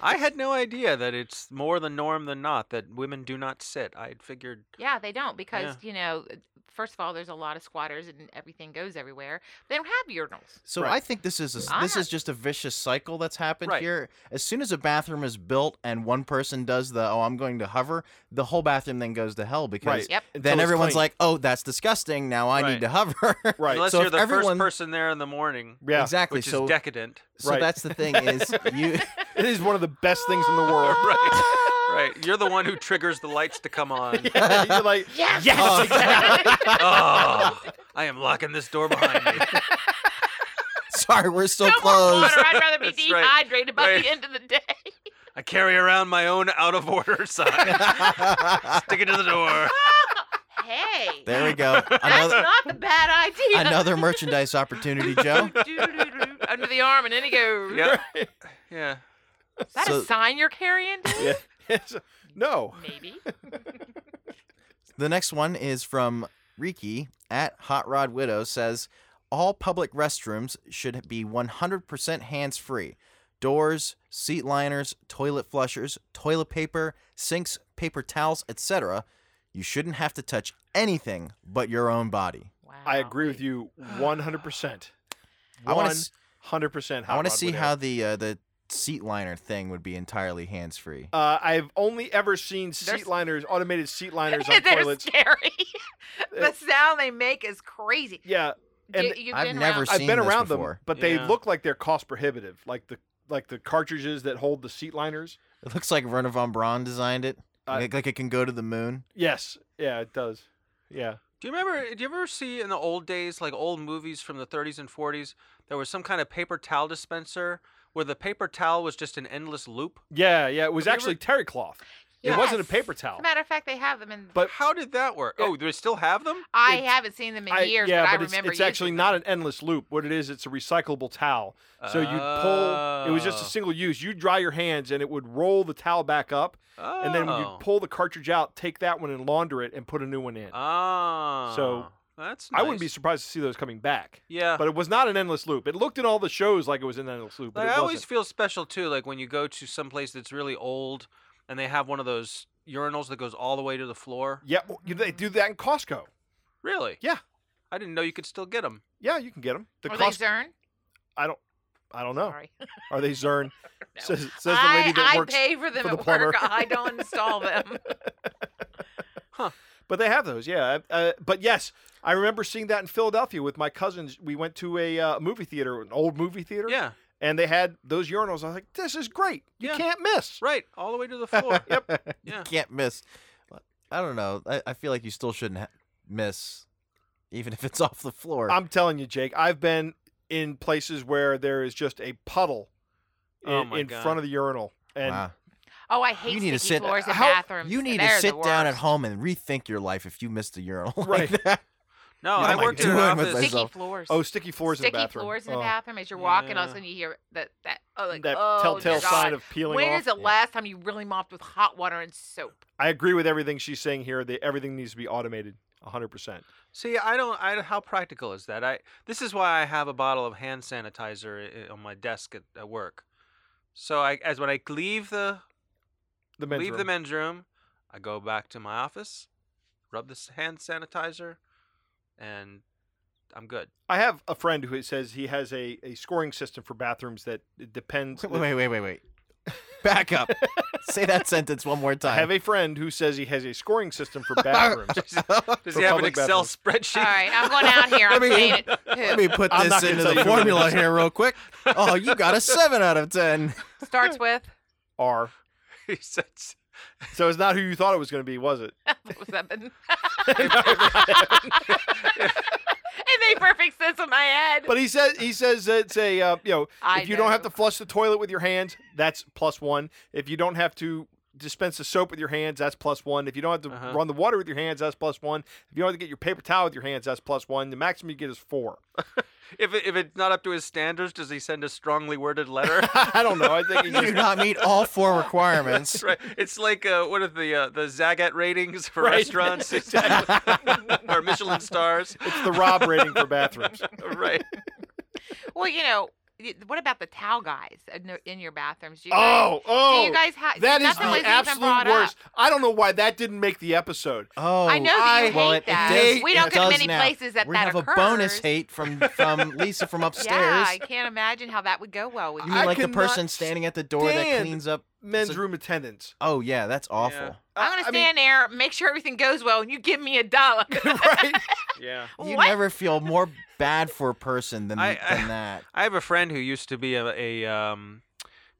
[SPEAKER 5] I had no idea that it's more the norm than not that women do not sit. I had figured.
[SPEAKER 4] Yeah, they don't because you know, first of all, there's a lot of squatters and everything goes everywhere. They don't have urinals.
[SPEAKER 3] So
[SPEAKER 2] Right.
[SPEAKER 3] I think this is a,
[SPEAKER 4] I'm
[SPEAKER 3] this
[SPEAKER 4] not-
[SPEAKER 3] is just a vicious cycle that's happened
[SPEAKER 5] Right.
[SPEAKER 3] here. As soon as a bathroom is built and one person does the oh I'm going to hover, the whole bathroom then goes to hell because
[SPEAKER 2] Right.
[SPEAKER 4] Yep.
[SPEAKER 2] Until
[SPEAKER 3] then
[SPEAKER 2] it's
[SPEAKER 3] everyone's
[SPEAKER 2] clean.
[SPEAKER 3] like oh that's disgusting now I
[SPEAKER 5] Right.
[SPEAKER 3] need to hover.
[SPEAKER 2] Right.
[SPEAKER 5] Unless
[SPEAKER 3] So
[SPEAKER 5] you're
[SPEAKER 3] if
[SPEAKER 5] the
[SPEAKER 3] everyone-
[SPEAKER 5] first person there in the morning,
[SPEAKER 2] Yeah.
[SPEAKER 3] Exactly.
[SPEAKER 5] which
[SPEAKER 3] so
[SPEAKER 5] is decadent.
[SPEAKER 3] so
[SPEAKER 2] Right.
[SPEAKER 3] that's the thing is you
[SPEAKER 2] It is one of the best things in the world.
[SPEAKER 5] Right. Right. You're the one who triggers the lights to come on.
[SPEAKER 2] You're like,
[SPEAKER 4] Yes.
[SPEAKER 2] Yes,
[SPEAKER 3] Oh.
[SPEAKER 4] exactly.
[SPEAKER 5] Oh, I am locking this door behind me.
[SPEAKER 3] sorry we're so
[SPEAKER 4] no more
[SPEAKER 3] close.
[SPEAKER 4] water. I'd rather be
[SPEAKER 5] That's right.
[SPEAKER 4] dehydrated by
[SPEAKER 5] Right.
[SPEAKER 4] the end of the day.
[SPEAKER 5] I carry around my own out of order sign. Stick it to the door.
[SPEAKER 4] hey,
[SPEAKER 3] there we go.
[SPEAKER 4] that's
[SPEAKER 3] Another
[SPEAKER 4] not the bad idea.
[SPEAKER 3] another merchandise opportunity, Joe.
[SPEAKER 4] Doo-doo-doo-doo, Under the arm, and in he goes.
[SPEAKER 5] Yeah. Yeah.
[SPEAKER 4] Is that
[SPEAKER 3] So-
[SPEAKER 4] a sign you're carrying?
[SPEAKER 2] yeah. It's- no.
[SPEAKER 4] Maybe.
[SPEAKER 3] The next one is from Riki at Hot Rod Widow says all public restrooms should be 100% hands free. Doors, seat liners, toilet flushers, toilet paper, sinks, paper towels, etc. You shouldn't have to touch anything but your own body.
[SPEAKER 4] Wow.
[SPEAKER 2] I agree with you 100%.
[SPEAKER 3] I want to.
[SPEAKER 2] 100%.
[SPEAKER 3] I
[SPEAKER 2] Hot
[SPEAKER 3] want to
[SPEAKER 2] Rod
[SPEAKER 3] see
[SPEAKER 2] Woodhouse.
[SPEAKER 3] how the uh, the seat liner thing would be entirely hands free.
[SPEAKER 2] Uh, I've only ever seen seat
[SPEAKER 4] There's-
[SPEAKER 2] liners, automated seat liners on
[SPEAKER 4] They're
[SPEAKER 2] toilets.
[SPEAKER 4] scary. the sound they make is crazy.
[SPEAKER 2] Yeah,
[SPEAKER 4] Do-
[SPEAKER 2] and
[SPEAKER 4] you've
[SPEAKER 3] I've
[SPEAKER 4] been
[SPEAKER 3] never
[SPEAKER 4] around-
[SPEAKER 2] I've been
[SPEAKER 3] seen this
[SPEAKER 2] around them,
[SPEAKER 3] before.
[SPEAKER 2] but they
[SPEAKER 5] Yeah.
[SPEAKER 2] look like they're cost prohibitive. Like the like the cartridges that hold the seat liners.
[SPEAKER 3] It looks like Werner von Braun designed it.
[SPEAKER 2] I-
[SPEAKER 3] like, like it can go to the moon.
[SPEAKER 2] Yes, yeah, it does. Yeah,
[SPEAKER 5] Do you remember? Do you ever see in the old days, like old movies from the 30s and 40s, there was some kind of paper towel dispenser where the paper towel was just an endless loop?
[SPEAKER 2] yeah, yeah. It was
[SPEAKER 5] Have you
[SPEAKER 2] actually terry cloth. It wasn't a
[SPEAKER 4] Yes.
[SPEAKER 2] paper towel.
[SPEAKER 4] As a matter of fact, they have them in.
[SPEAKER 2] But
[SPEAKER 5] How did that work?
[SPEAKER 2] Yeah.
[SPEAKER 5] Oh, do they still have them?
[SPEAKER 4] I
[SPEAKER 2] it-
[SPEAKER 4] haven't seen them in
[SPEAKER 2] I-
[SPEAKER 4] years,
[SPEAKER 2] yeah,
[SPEAKER 4] but I
[SPEAKER 2] it's,
[SPEAKER 4] remember
[SPEAKER 2] it's actually
[SPEAKER 4] using
[SPEAKER 2] not an endless loop. What it is, it's a recyclable towel. So you'd pull. It was just a
[SPEAKER 5] Oh.
[SPEAKER 2] single use. You would dry your hands, and it would roll the towel back up,
[SPEAKER 5] Oh.
[SPEAKER 2] and then when you pull the cartridge out, take that one and launder it, and put a new one in.
[SPEAKER 5] Ah.
[SPEAKER 2] So,
[SPEAKER 5] that's.
[SPEAKER 2] I wouldn't be
[SPEAKER 5] nice.
[SPEAKER 2] surprised to see those coming back.
[SPEAKER 5] Yeah.
[SPEAKER 2] But it was not an endless loop. It looked in all the shows like it was an endless loop, but
[SPEAKER 5] Like,
[SPEAKER 2] it
[SPEAKER 5] I
[SPEAKER 2] wasn't.
[SPEAKER 5] always feel special too, like when you go to some place that's really old and they have one of those urinals that goes all the way to the floor.
[SPEAKER 2] yeah, well, you- they do that in Costco.
[SPEAKER 5] Really?
[SPEAKER 2] Yeah.
[SPEAKER 5] I didn't know you could still get them.
[SPEAKER 2] Yeah, you can get them. The
[SPEAKER 4] them. Are they
[SPEAKER 2] Costco.
[SPEAKER 4] Zern?
[SPEAKER 2] I don't. I don't know.
[SPEAKER 4] Sorry.
[SPEAKER 2] Are they Zern?
[SPEAKER 4] No.
[SPEAKER 2] Says, says the lady that
[SPEAKER 4] I,
[SPEAKER 2] works.
[SPEAKER 4] I pay for them
[SPEAKER 2] for the
[SPEAKER 4] at
[SPEAKER 2] plumber.
[SPEAKER 4] work. I don't install them.
[SPEAKER 2] But they have those. Yeah. Uh, but yes, I remember seeing that in Philadelphia with my cousins. We went to a uh, movie theater, an old movie theater.
[SPEAKER 5] Yeah.
[SPEAKER 2] And they had those urinals. I was like, this is great. You
[SPEAKER 5] Yeah.
[SPEAKER 2] can't miss.
[SPEAKER 5] Right. All the way to the floor.
[SPEAKER 2] Yep.
[SPEAKER 5] Yeah.
[SPEAKER 3] Can't miss. I don't know. I, I feel like you still shouldn't ha- miss, even if it's off the floor.
[SPEAKER 2] I'm telling you, Jake. I've been in places where there is just a puddle in,
[SPEAKER 5] Oh my
[SPEAKER 2] in
[SPEAKER 5] God.
[SPEAKER 2] front of the urinal, and
[SPEAKER 3] Wow.
[SPEAKER 4] Oh, I hate
[SPEAKER 3] you need to
[SPEAKER 4] sticky
[SPEAKER 3] sit.
[SPEAKER 4] floors and
[SPEAKER 3] how-
[SPEAKER 4] bathrooms.
[SPEAKER 3] You need to
[SPEAKER 4] They're the
[SPEAKER 3] sit down at
[SPEAKER 4] worst.
[SPEAKER 3] home and rethink your life if you missed a urinal. like
[SPEAKER 2] Right.
[SPEAKER 3] that.
[SPEAKER 5] No,
[SPEAKER 3] What
[SPEAKER 5] I
[SPEAKER 3] am I
[SPEAKER 5] worked in an
[SPEAKER 3] doing with
[SPEAKER 5] office.
[SPEAKER 4] Sticky
[SPEAKER 3] myself.
[SPEAKER 4] floors.
[SPEAKER 2] oh, sticky floors
[SPEAKER 4] sticky
[SPEAKER 2] in the bathroom.
[SPEAKER 4] floors in the
[SPEAKER 2] Oh.
[SPEAKER 4] bathroom as you're walking. All of
[SPEAKER 5] Yeah.
[SPEAKER 4] a sudden, you hear that that oh, like
[SPEAKER 2] that
[SPEAKER 4] oh,
[SPEAKER 2] telltale
[SPEAKER 4] God.
[SPEAKER 2] sign of peeling
[SPEAKER 4] When
[SPEAKER 2] off.
[SPEAKER 4] is the last time you really mopped with hot water and soap?
[SPEAKER 2] I agree with everything she's saying here. That everything needs to be automated, 100. percent
[SPEAKER 5] See, I don't. I how practical is that? I this is why I have a bottle of hand sanitizer i- on my desk at, at work. So I as when I leave the
[SPEAKER 2] The men's
[SPEAKER 5] leave the
[SPEAKER 2] room.
[SPEAKER 5] men's room, I go back to my office, rub this hand sanitizer, and I'm good.
[SPEAKER 2] I have a friend who says he has a, a scoring system for bathrooms that it depends.
[SPEAKER 3] Wait, wait, wait, wait, wait. Back up. Say that sentence one more
[SPEAKER 2] I
[SPEAKER 3] time.
[SPEAKER 2] have a friend who says he has a scoring system for bathrooms.
[SPEAKER 5] Does
[SPEAKER 2] For
[SPEAKER 5] he have an
[SPEAKER 2] public
[SPEAKER 5] Excel
[SPEAKER 2] bathrooms.
[SPEAKER 5] spreadsheet?
[SPEAKER 4] All right, I'm going out here. I'm
[SPEAKER 3] Let me-
[SPEAKER 4] saying it.
[SPEAKER 3] Let me put
[SPEAKER 2] I'm not gonna
[SPEAKER 3] this into
[SPEAKER 2] tell
[SPEAKER 3] the
[SPEAKER 2] you what it
[SPEAKER 3] formula
[SPEAKER 2] is.
[SPEAKER 3] here real quick. Oh, you got a seven out of ten.
[SPEAKER 4] Who starts with
[SPEAKER 2] R.
[SPEAKER 5] He says-
[SPEAKER 2] So it's not who you thought it was going to be, was it?
[SPEAKER 4] what was that? been? it made perfect sense in my head.
[SPEAKER 2] But he says he says it's a uh, you know
[SPEAKER 4] I
[SPEAKER 2] if you don't have
[SPEAKER 4] know.
[SPEAKER 2] to flush the toilet with your hands, that's plus one. If you don't have to dispense the soap with your hands, that's plus one. If you don't have to
[SPEAKER 5] Uh-huh.
[SPEAKER 2] run the water with your hands, that's plus one. If you don't have to get your paper towel with your hands, that's plus one. The maximum you get is four.
[SPEAKER 5] if it, if it's not up to his standards, does he send a strongly worded letter?
[SPEAKER 2] I don't know. I think he
[SPEAKER 3] You do
[SPEAKER 2] just,
[SPEAKER 3] not meet all four requirements.
[SPEAKER 5] right. It's like uh, what are the uh, the Zagat ratings for
[SPEAKER 2] Right.
[SPEAKER 5] restaurants or Michelin stars?
[SPEAKER 2] it's the Rob rating for bathrooms.
[SPEAKER 5] right.
[SPEAKER 4] Well, you know, y- what about the towel guys in, the- in your bathrooms? Do you guys,
[SPEAKER 2] Oh, oh,
[SPEAKER 4] do you guys have
[SPEAKER 2] that is
[SPEAKER 4] nothing was
[SPEAKER 2] the
[SPEAKER 4] even
[SPEAKER 2] absolute
[SPEAKER 4] brought
[SPEAKER 2] worst.
[SPEAKER 4] Up.
[SPEAKER 2] I don't know why that didn't make the episode.
[SPEAKER 3] Oh,
[SPEAKER 4] I know that you
[SPEAKER 3] I- well,
[SPEAKER 4] hate
[SPEAKER 3] it- it
[SPEAKER 4] that.
[SPEAKER 3] does-
[SPEAKER 4] we don't
[SPEAKER 3] it
[SPEAKER 4] go
[SPEAKER 3] does
[SPEAKER 4] to many
[SPEAKER 3] now.
[SPEAKER 4] places that
[SPEAKER 3] we
[SPEAKER 4] that
[SPEAKER 3] have
[SPEAKER 4] occurs.
[SPEAKER 3] a bonus hate from from Lisa from
[SPEAKER 4] Yeah,
[SPEAKER 3] upstairs.
[SPEAKER 4] I can't imagine how that would go well with
[SPEAKER 3] you
[SPEAKER 4] you.
[SPEAKER 3] mean
[SPEAKER 2] I
[SPEAKER 3] like the
[SPEAKER 2] cannot
[SPEAKER 3] person standing at the door that
[SPEAKER 2] stand-
[SPEAKER 3] cleans up?
[SPEAKER 2] Men's
[SPEAKER 3] So-
[SPEAKER 2] room attendants.
[SPEAKER 3] Oh yeah, that's awful.
[SPEAKER 4] I'm gonna stand there, make sure everything goes well, and you give me a dollar.
[SPEAKER 2] right?
[SPEAKER 5] Yeah.
[SPEAKER 3] You
[SPEAKER 4] What?
[SPEAKER 3] never feel more bad for a person than,
[SPEAKER 5] I- I-
[SPEAKER 3] than that.
[SPEAKER 5] I have a friend who used to be a, a um,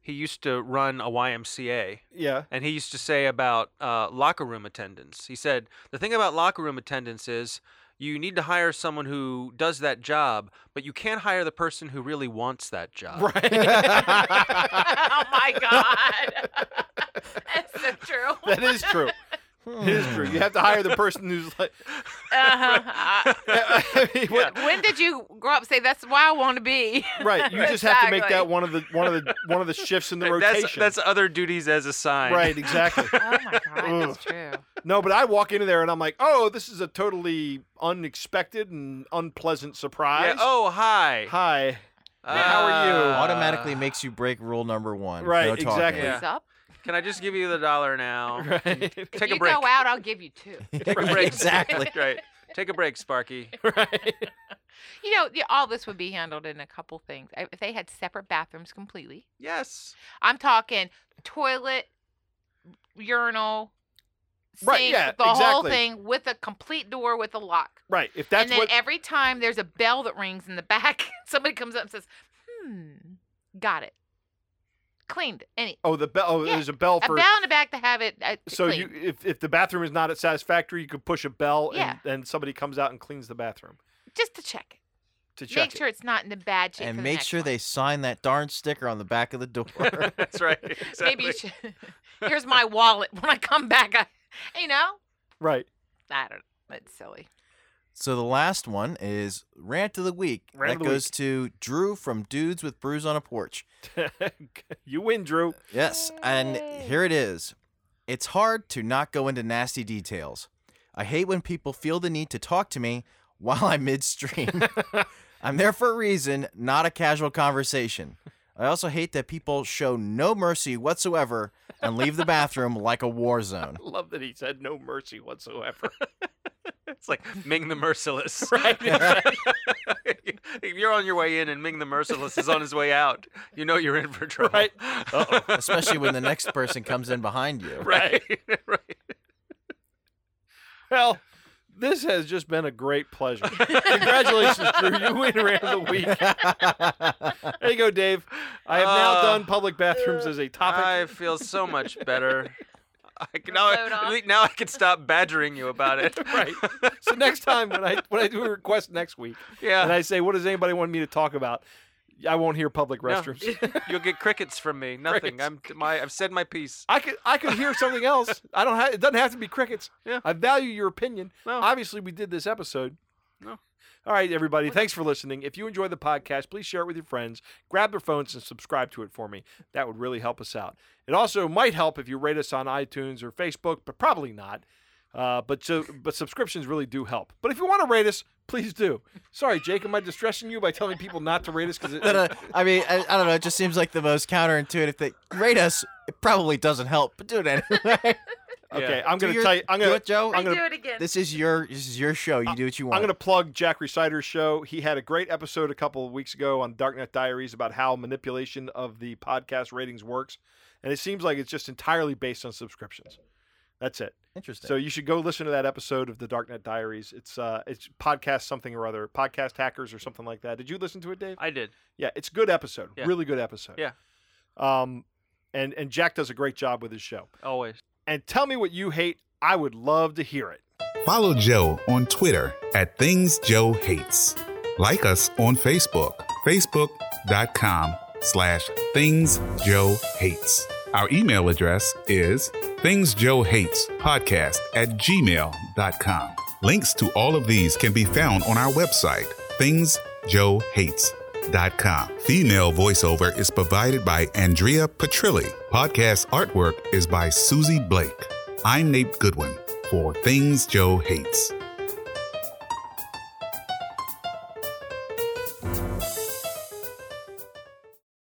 [SPEAKER 5] he used to run a YMCA,
[SPEAKER 2] Yeah.
[SPEAKER 5] and he used to say about uh, locker room attendants. He said the thing about locker room attendants is you need to hire someone who does that job, but you can't hire the person who really wants that job.
[SPEAKER 2] Right.
[SPEAKER 4] oh my god, that's so true.
[SPEAKER 2] that is true. It is true. You have to hire the person who's like.
[SPEAKER 4] Uh-huh. I-
[SPEAKER 2] I mean, what-
[SPEAKER 4] when did you grow up? and Say that's why I want to be. Oh
[SPEAKER 2] Right. You just have to make that
[SPEAKER 4] Exactly.
[SPEAKER 2] one of the one of the one of the shifts in the rotation.
[SPEAKER 5] That's, that's other duties as assigned.
[SPEAKER 2] right. Exactly.
[SPEAKER 4] Oh my god, that's true.
[SPEAKER 2] No, but I walk into there and I'm like, oh, this is a totally unexpected and unpleasant surprise.
[SPEAKER 5] Yeah, oh, hi. Uh,
[SPEAKER 2] Hi. how are you?
[SPEAKER 3] Automatically makes you break rule number one.
[SPEAKER 2] Right,
[SPEAKER 3] No talking.
[SPEAKER 2] exactly.
[SPEAKER 5] Yeah.
[SPEAKER 4] What's up?
[SPEAKER 5] Can I just give you the dollar
[SPEAKER 4] Oh,
[SPEAKER 5] now?
[SPEAKER 6] Right.
[SPEAKER 4] If
[SPEAKER 5] Take a
[SPEAKER 4] you
[SPEAKER 5] break.
[SPEAKER 4] go out, I'll give you two.
[SPEAKER 3] Take a
[SPEAKER 6] Right.
[SPEAKER 3] break. Exactly.
[SPEAKER 5] right. Take a break, Sparky.
[SPEAKER 6] right.
[SPEAKER 4] You know, the- all this would be handled in a couple things. I- If they had separate bathrooms completely,
[SPEAKER 5] Yes.
[SPEAKER 4] I'm talking toilet, urinal, sink,
[SPEAKER 2] Right, yeah,
[SPEAKER 4] the whole
[SPEAKER 2] exactly.
[SPEAKER 4] thing with a complete door with a lock.
[SPEAKER 2] Right. If that's
[SPEAKER 4] and then
[SPEAKER 2] what
[SPEAKER 4] every time there's a bell that rings in the back, somebody comes up and says, "Hmm, got it, cleaned." Any
[SPEAKER 2] Oh, the bell oh,
[SPEAKER 4] Yeah,
[SPEAKER 2] there's a bell
[SPEAKER 4] a
[SPEAKER 2] for
[SPEAKER 4] bell in the back to have it. Uh,
[SPEAKER 2] So you
[SPEAKER 4] cleaned.
[SPEAKER 2] if, if the bathroom is not satisfactory, you could push a bell
[SPEAKER 4] Yeah.
[SPEAKER 2] and then somebody comes out and cleans the bathroom
[SPEAKER 4] just to check it,
[SPEAKER 2] to check
[SPEAKER 4] make
[SPEAKER 2] it.
[SPEAKER 4] sure it's not in the bad shape. for
[SPEAKER 3] And
[SPEAKER 4] the
[SPEAKER 3] make
[SPEAKER 4] next
[SPEAKER 3] sure
[SPEAKER 4] one.
[SPEAKER 3] they sign that darn sticker on the back of the door.
[SPEAKER 5] That's right. Exactly.
[SPEAKER 4] Maybe you should. Here's my wallet. When I come back, I, you know,
[SPEAKER 2] Right.
[SPEAKER 4] I don't. It's silly.
[SPEAKER 3] so the last one is rant of the week.
[SPEAKER 2] Rant of
[SPEAKER 3] that
[SPEAKER 2] the
[SPEAKER 3] goes to Drew from Dudes with Brews on a Porch.
[SPEAKER 2] you win, Drew.
[SPEAKER 3] Yes, and here it is. It's hard to not go into nasty details. I hate when people feel the need to talk to me while I'm midstream. I'm there for a reason, not a casual conversation. I also hate that people show no mercy whatsoever and leave the bathroom like a war zone.
[SPEAKER 2] Love that he said no mercy whatsoever.
[SPEAKER 5] It's like Ming the Merciless.
[SPEAKER 2] Right.
[SPEAKER 5] if you're on your way in and Ming the Merciless is on his way out, you know you're in for trouble.
[SPEAKER 2] Right.
[SPEAKER 5] Uh-oh.
[SPEAKER 3] Especially when the next person comes in behind you.
[SPEAKER 5] right. right.
[SPEAKER 2] well, this has just been a great pleasure. Congratulations, Drew. You win Rant of the Week. There you go, Dave. I have now
[SPEAKER 5] Uh,
[SPEAKER 2] done public bathrooms as a topic.
[SPEAKER 5] I feel so much better. I can
[SPEAKER 4] Load
[SPEAKER 5] now,
[SPEAKER 4] off.
[SPEAKER 5] now I can stop badgering you about it.
[SPEAKER 2] Right. So next time when I when I do a request next week and
[SPEAKER 5] Yeah.
[SPEAKER 2] I say, "What does anybody want me to talk about?" I won't hear public
[SPEAKER 5] No.
[SPEAKER 2] restrooms.
[SPEAKER 5] You'll get crickets from me. Nothing.
[SPEAKER 2] Right.
[SPEAKER 5] I'm my I've said my piece.
[SPEAKER 2] I could I could hear something else. I don't have it doesn't have to be crickets.
[SPEAKER 5] Yeah.
[SPEAKER 2] I value your opinion.
[SPEAKER 5] No.
[SPEAKER 2] Obviously we did this episode.
[SPEAKER 5] No.
[SPEAKER 2] All right, everybody. Thanks for listening. If you enjoy the podcast, please share it with your friends. Grab their phones and subscribe to it for me. That would really help us out. It also might help if you rate us on iTunes or Facebook, but probably not. Uh, but so, but subscriptions really do help. But if you want to rate us, please do. Sorry, Jake, am I distressing you by telling people not to rate us? Because
[SPEAKER 3] But, uh, I mean, I, I don't know. It just seems like the most counterintuitive thing. Rate us. It probably doesn't help, but do it anyway.
[SPEAKER 2] Uh, okay,
[SPEAKER 5] Yeah.
[SPEAKER 2] I'm
[SPEAKER 3] Do
[SPEAKER 2] gonna
[SPEAKER 3] your-
[SPEAKER 2] tell you. I'm
[SPEAKER 3] do
[SPEAKER 2] gonna
[SPEAKER 3] it, Joe.
[SPEAKER 4] I
[SPEAKER 2] I'm gonna-
[SPEAKER 4] do it again.
[SPEAKER 3] This is your this is your show. You do what you want.
[SPEAKER 2] I'm going to plug Jack Reciter's show. He had a great episode a couple of weeks ago on Darknet Diaries about how manipulation of the podcast ratings works. And it seems like it's just entirely based on subscriptions. That's it.
[SPEAKER 3] Interesting.
[SPEAKER 2] So you should go listen to that episode of the Darknet Diaries. It's uh it's podcast something or other, podcast hackers or something like that. Did you listen to it, Dave?
[SPEAKER 5] I did.
[SPEAKER 2] Yeah, it's a good episode.
[SPEAKER 5] Yeah.
[SPEAKER 2] Really good episode.
[SPEAKER 5] Yeah.
[SPEAKER 2] Um and and Jack does a great job with his show.
[SPEAKER 5] Always.
[SPEAKER 2] And tell me what you hate. I would love to hear it.
[SPEAKER 7] Follow Joe on Twitter at Things Joe Hates. Like us on Facebook, facebook.com slash Things Joe Hates. Our email address is Things Joe Hates Podcast at gmail.com. Links to all of these can be found on our website, thingsjoehates.com. Female voiceover is provided by Andrea Petrilli. Podcast artwork is by Susie Blake. I'm Nate Goodwin for Things Joe Hates.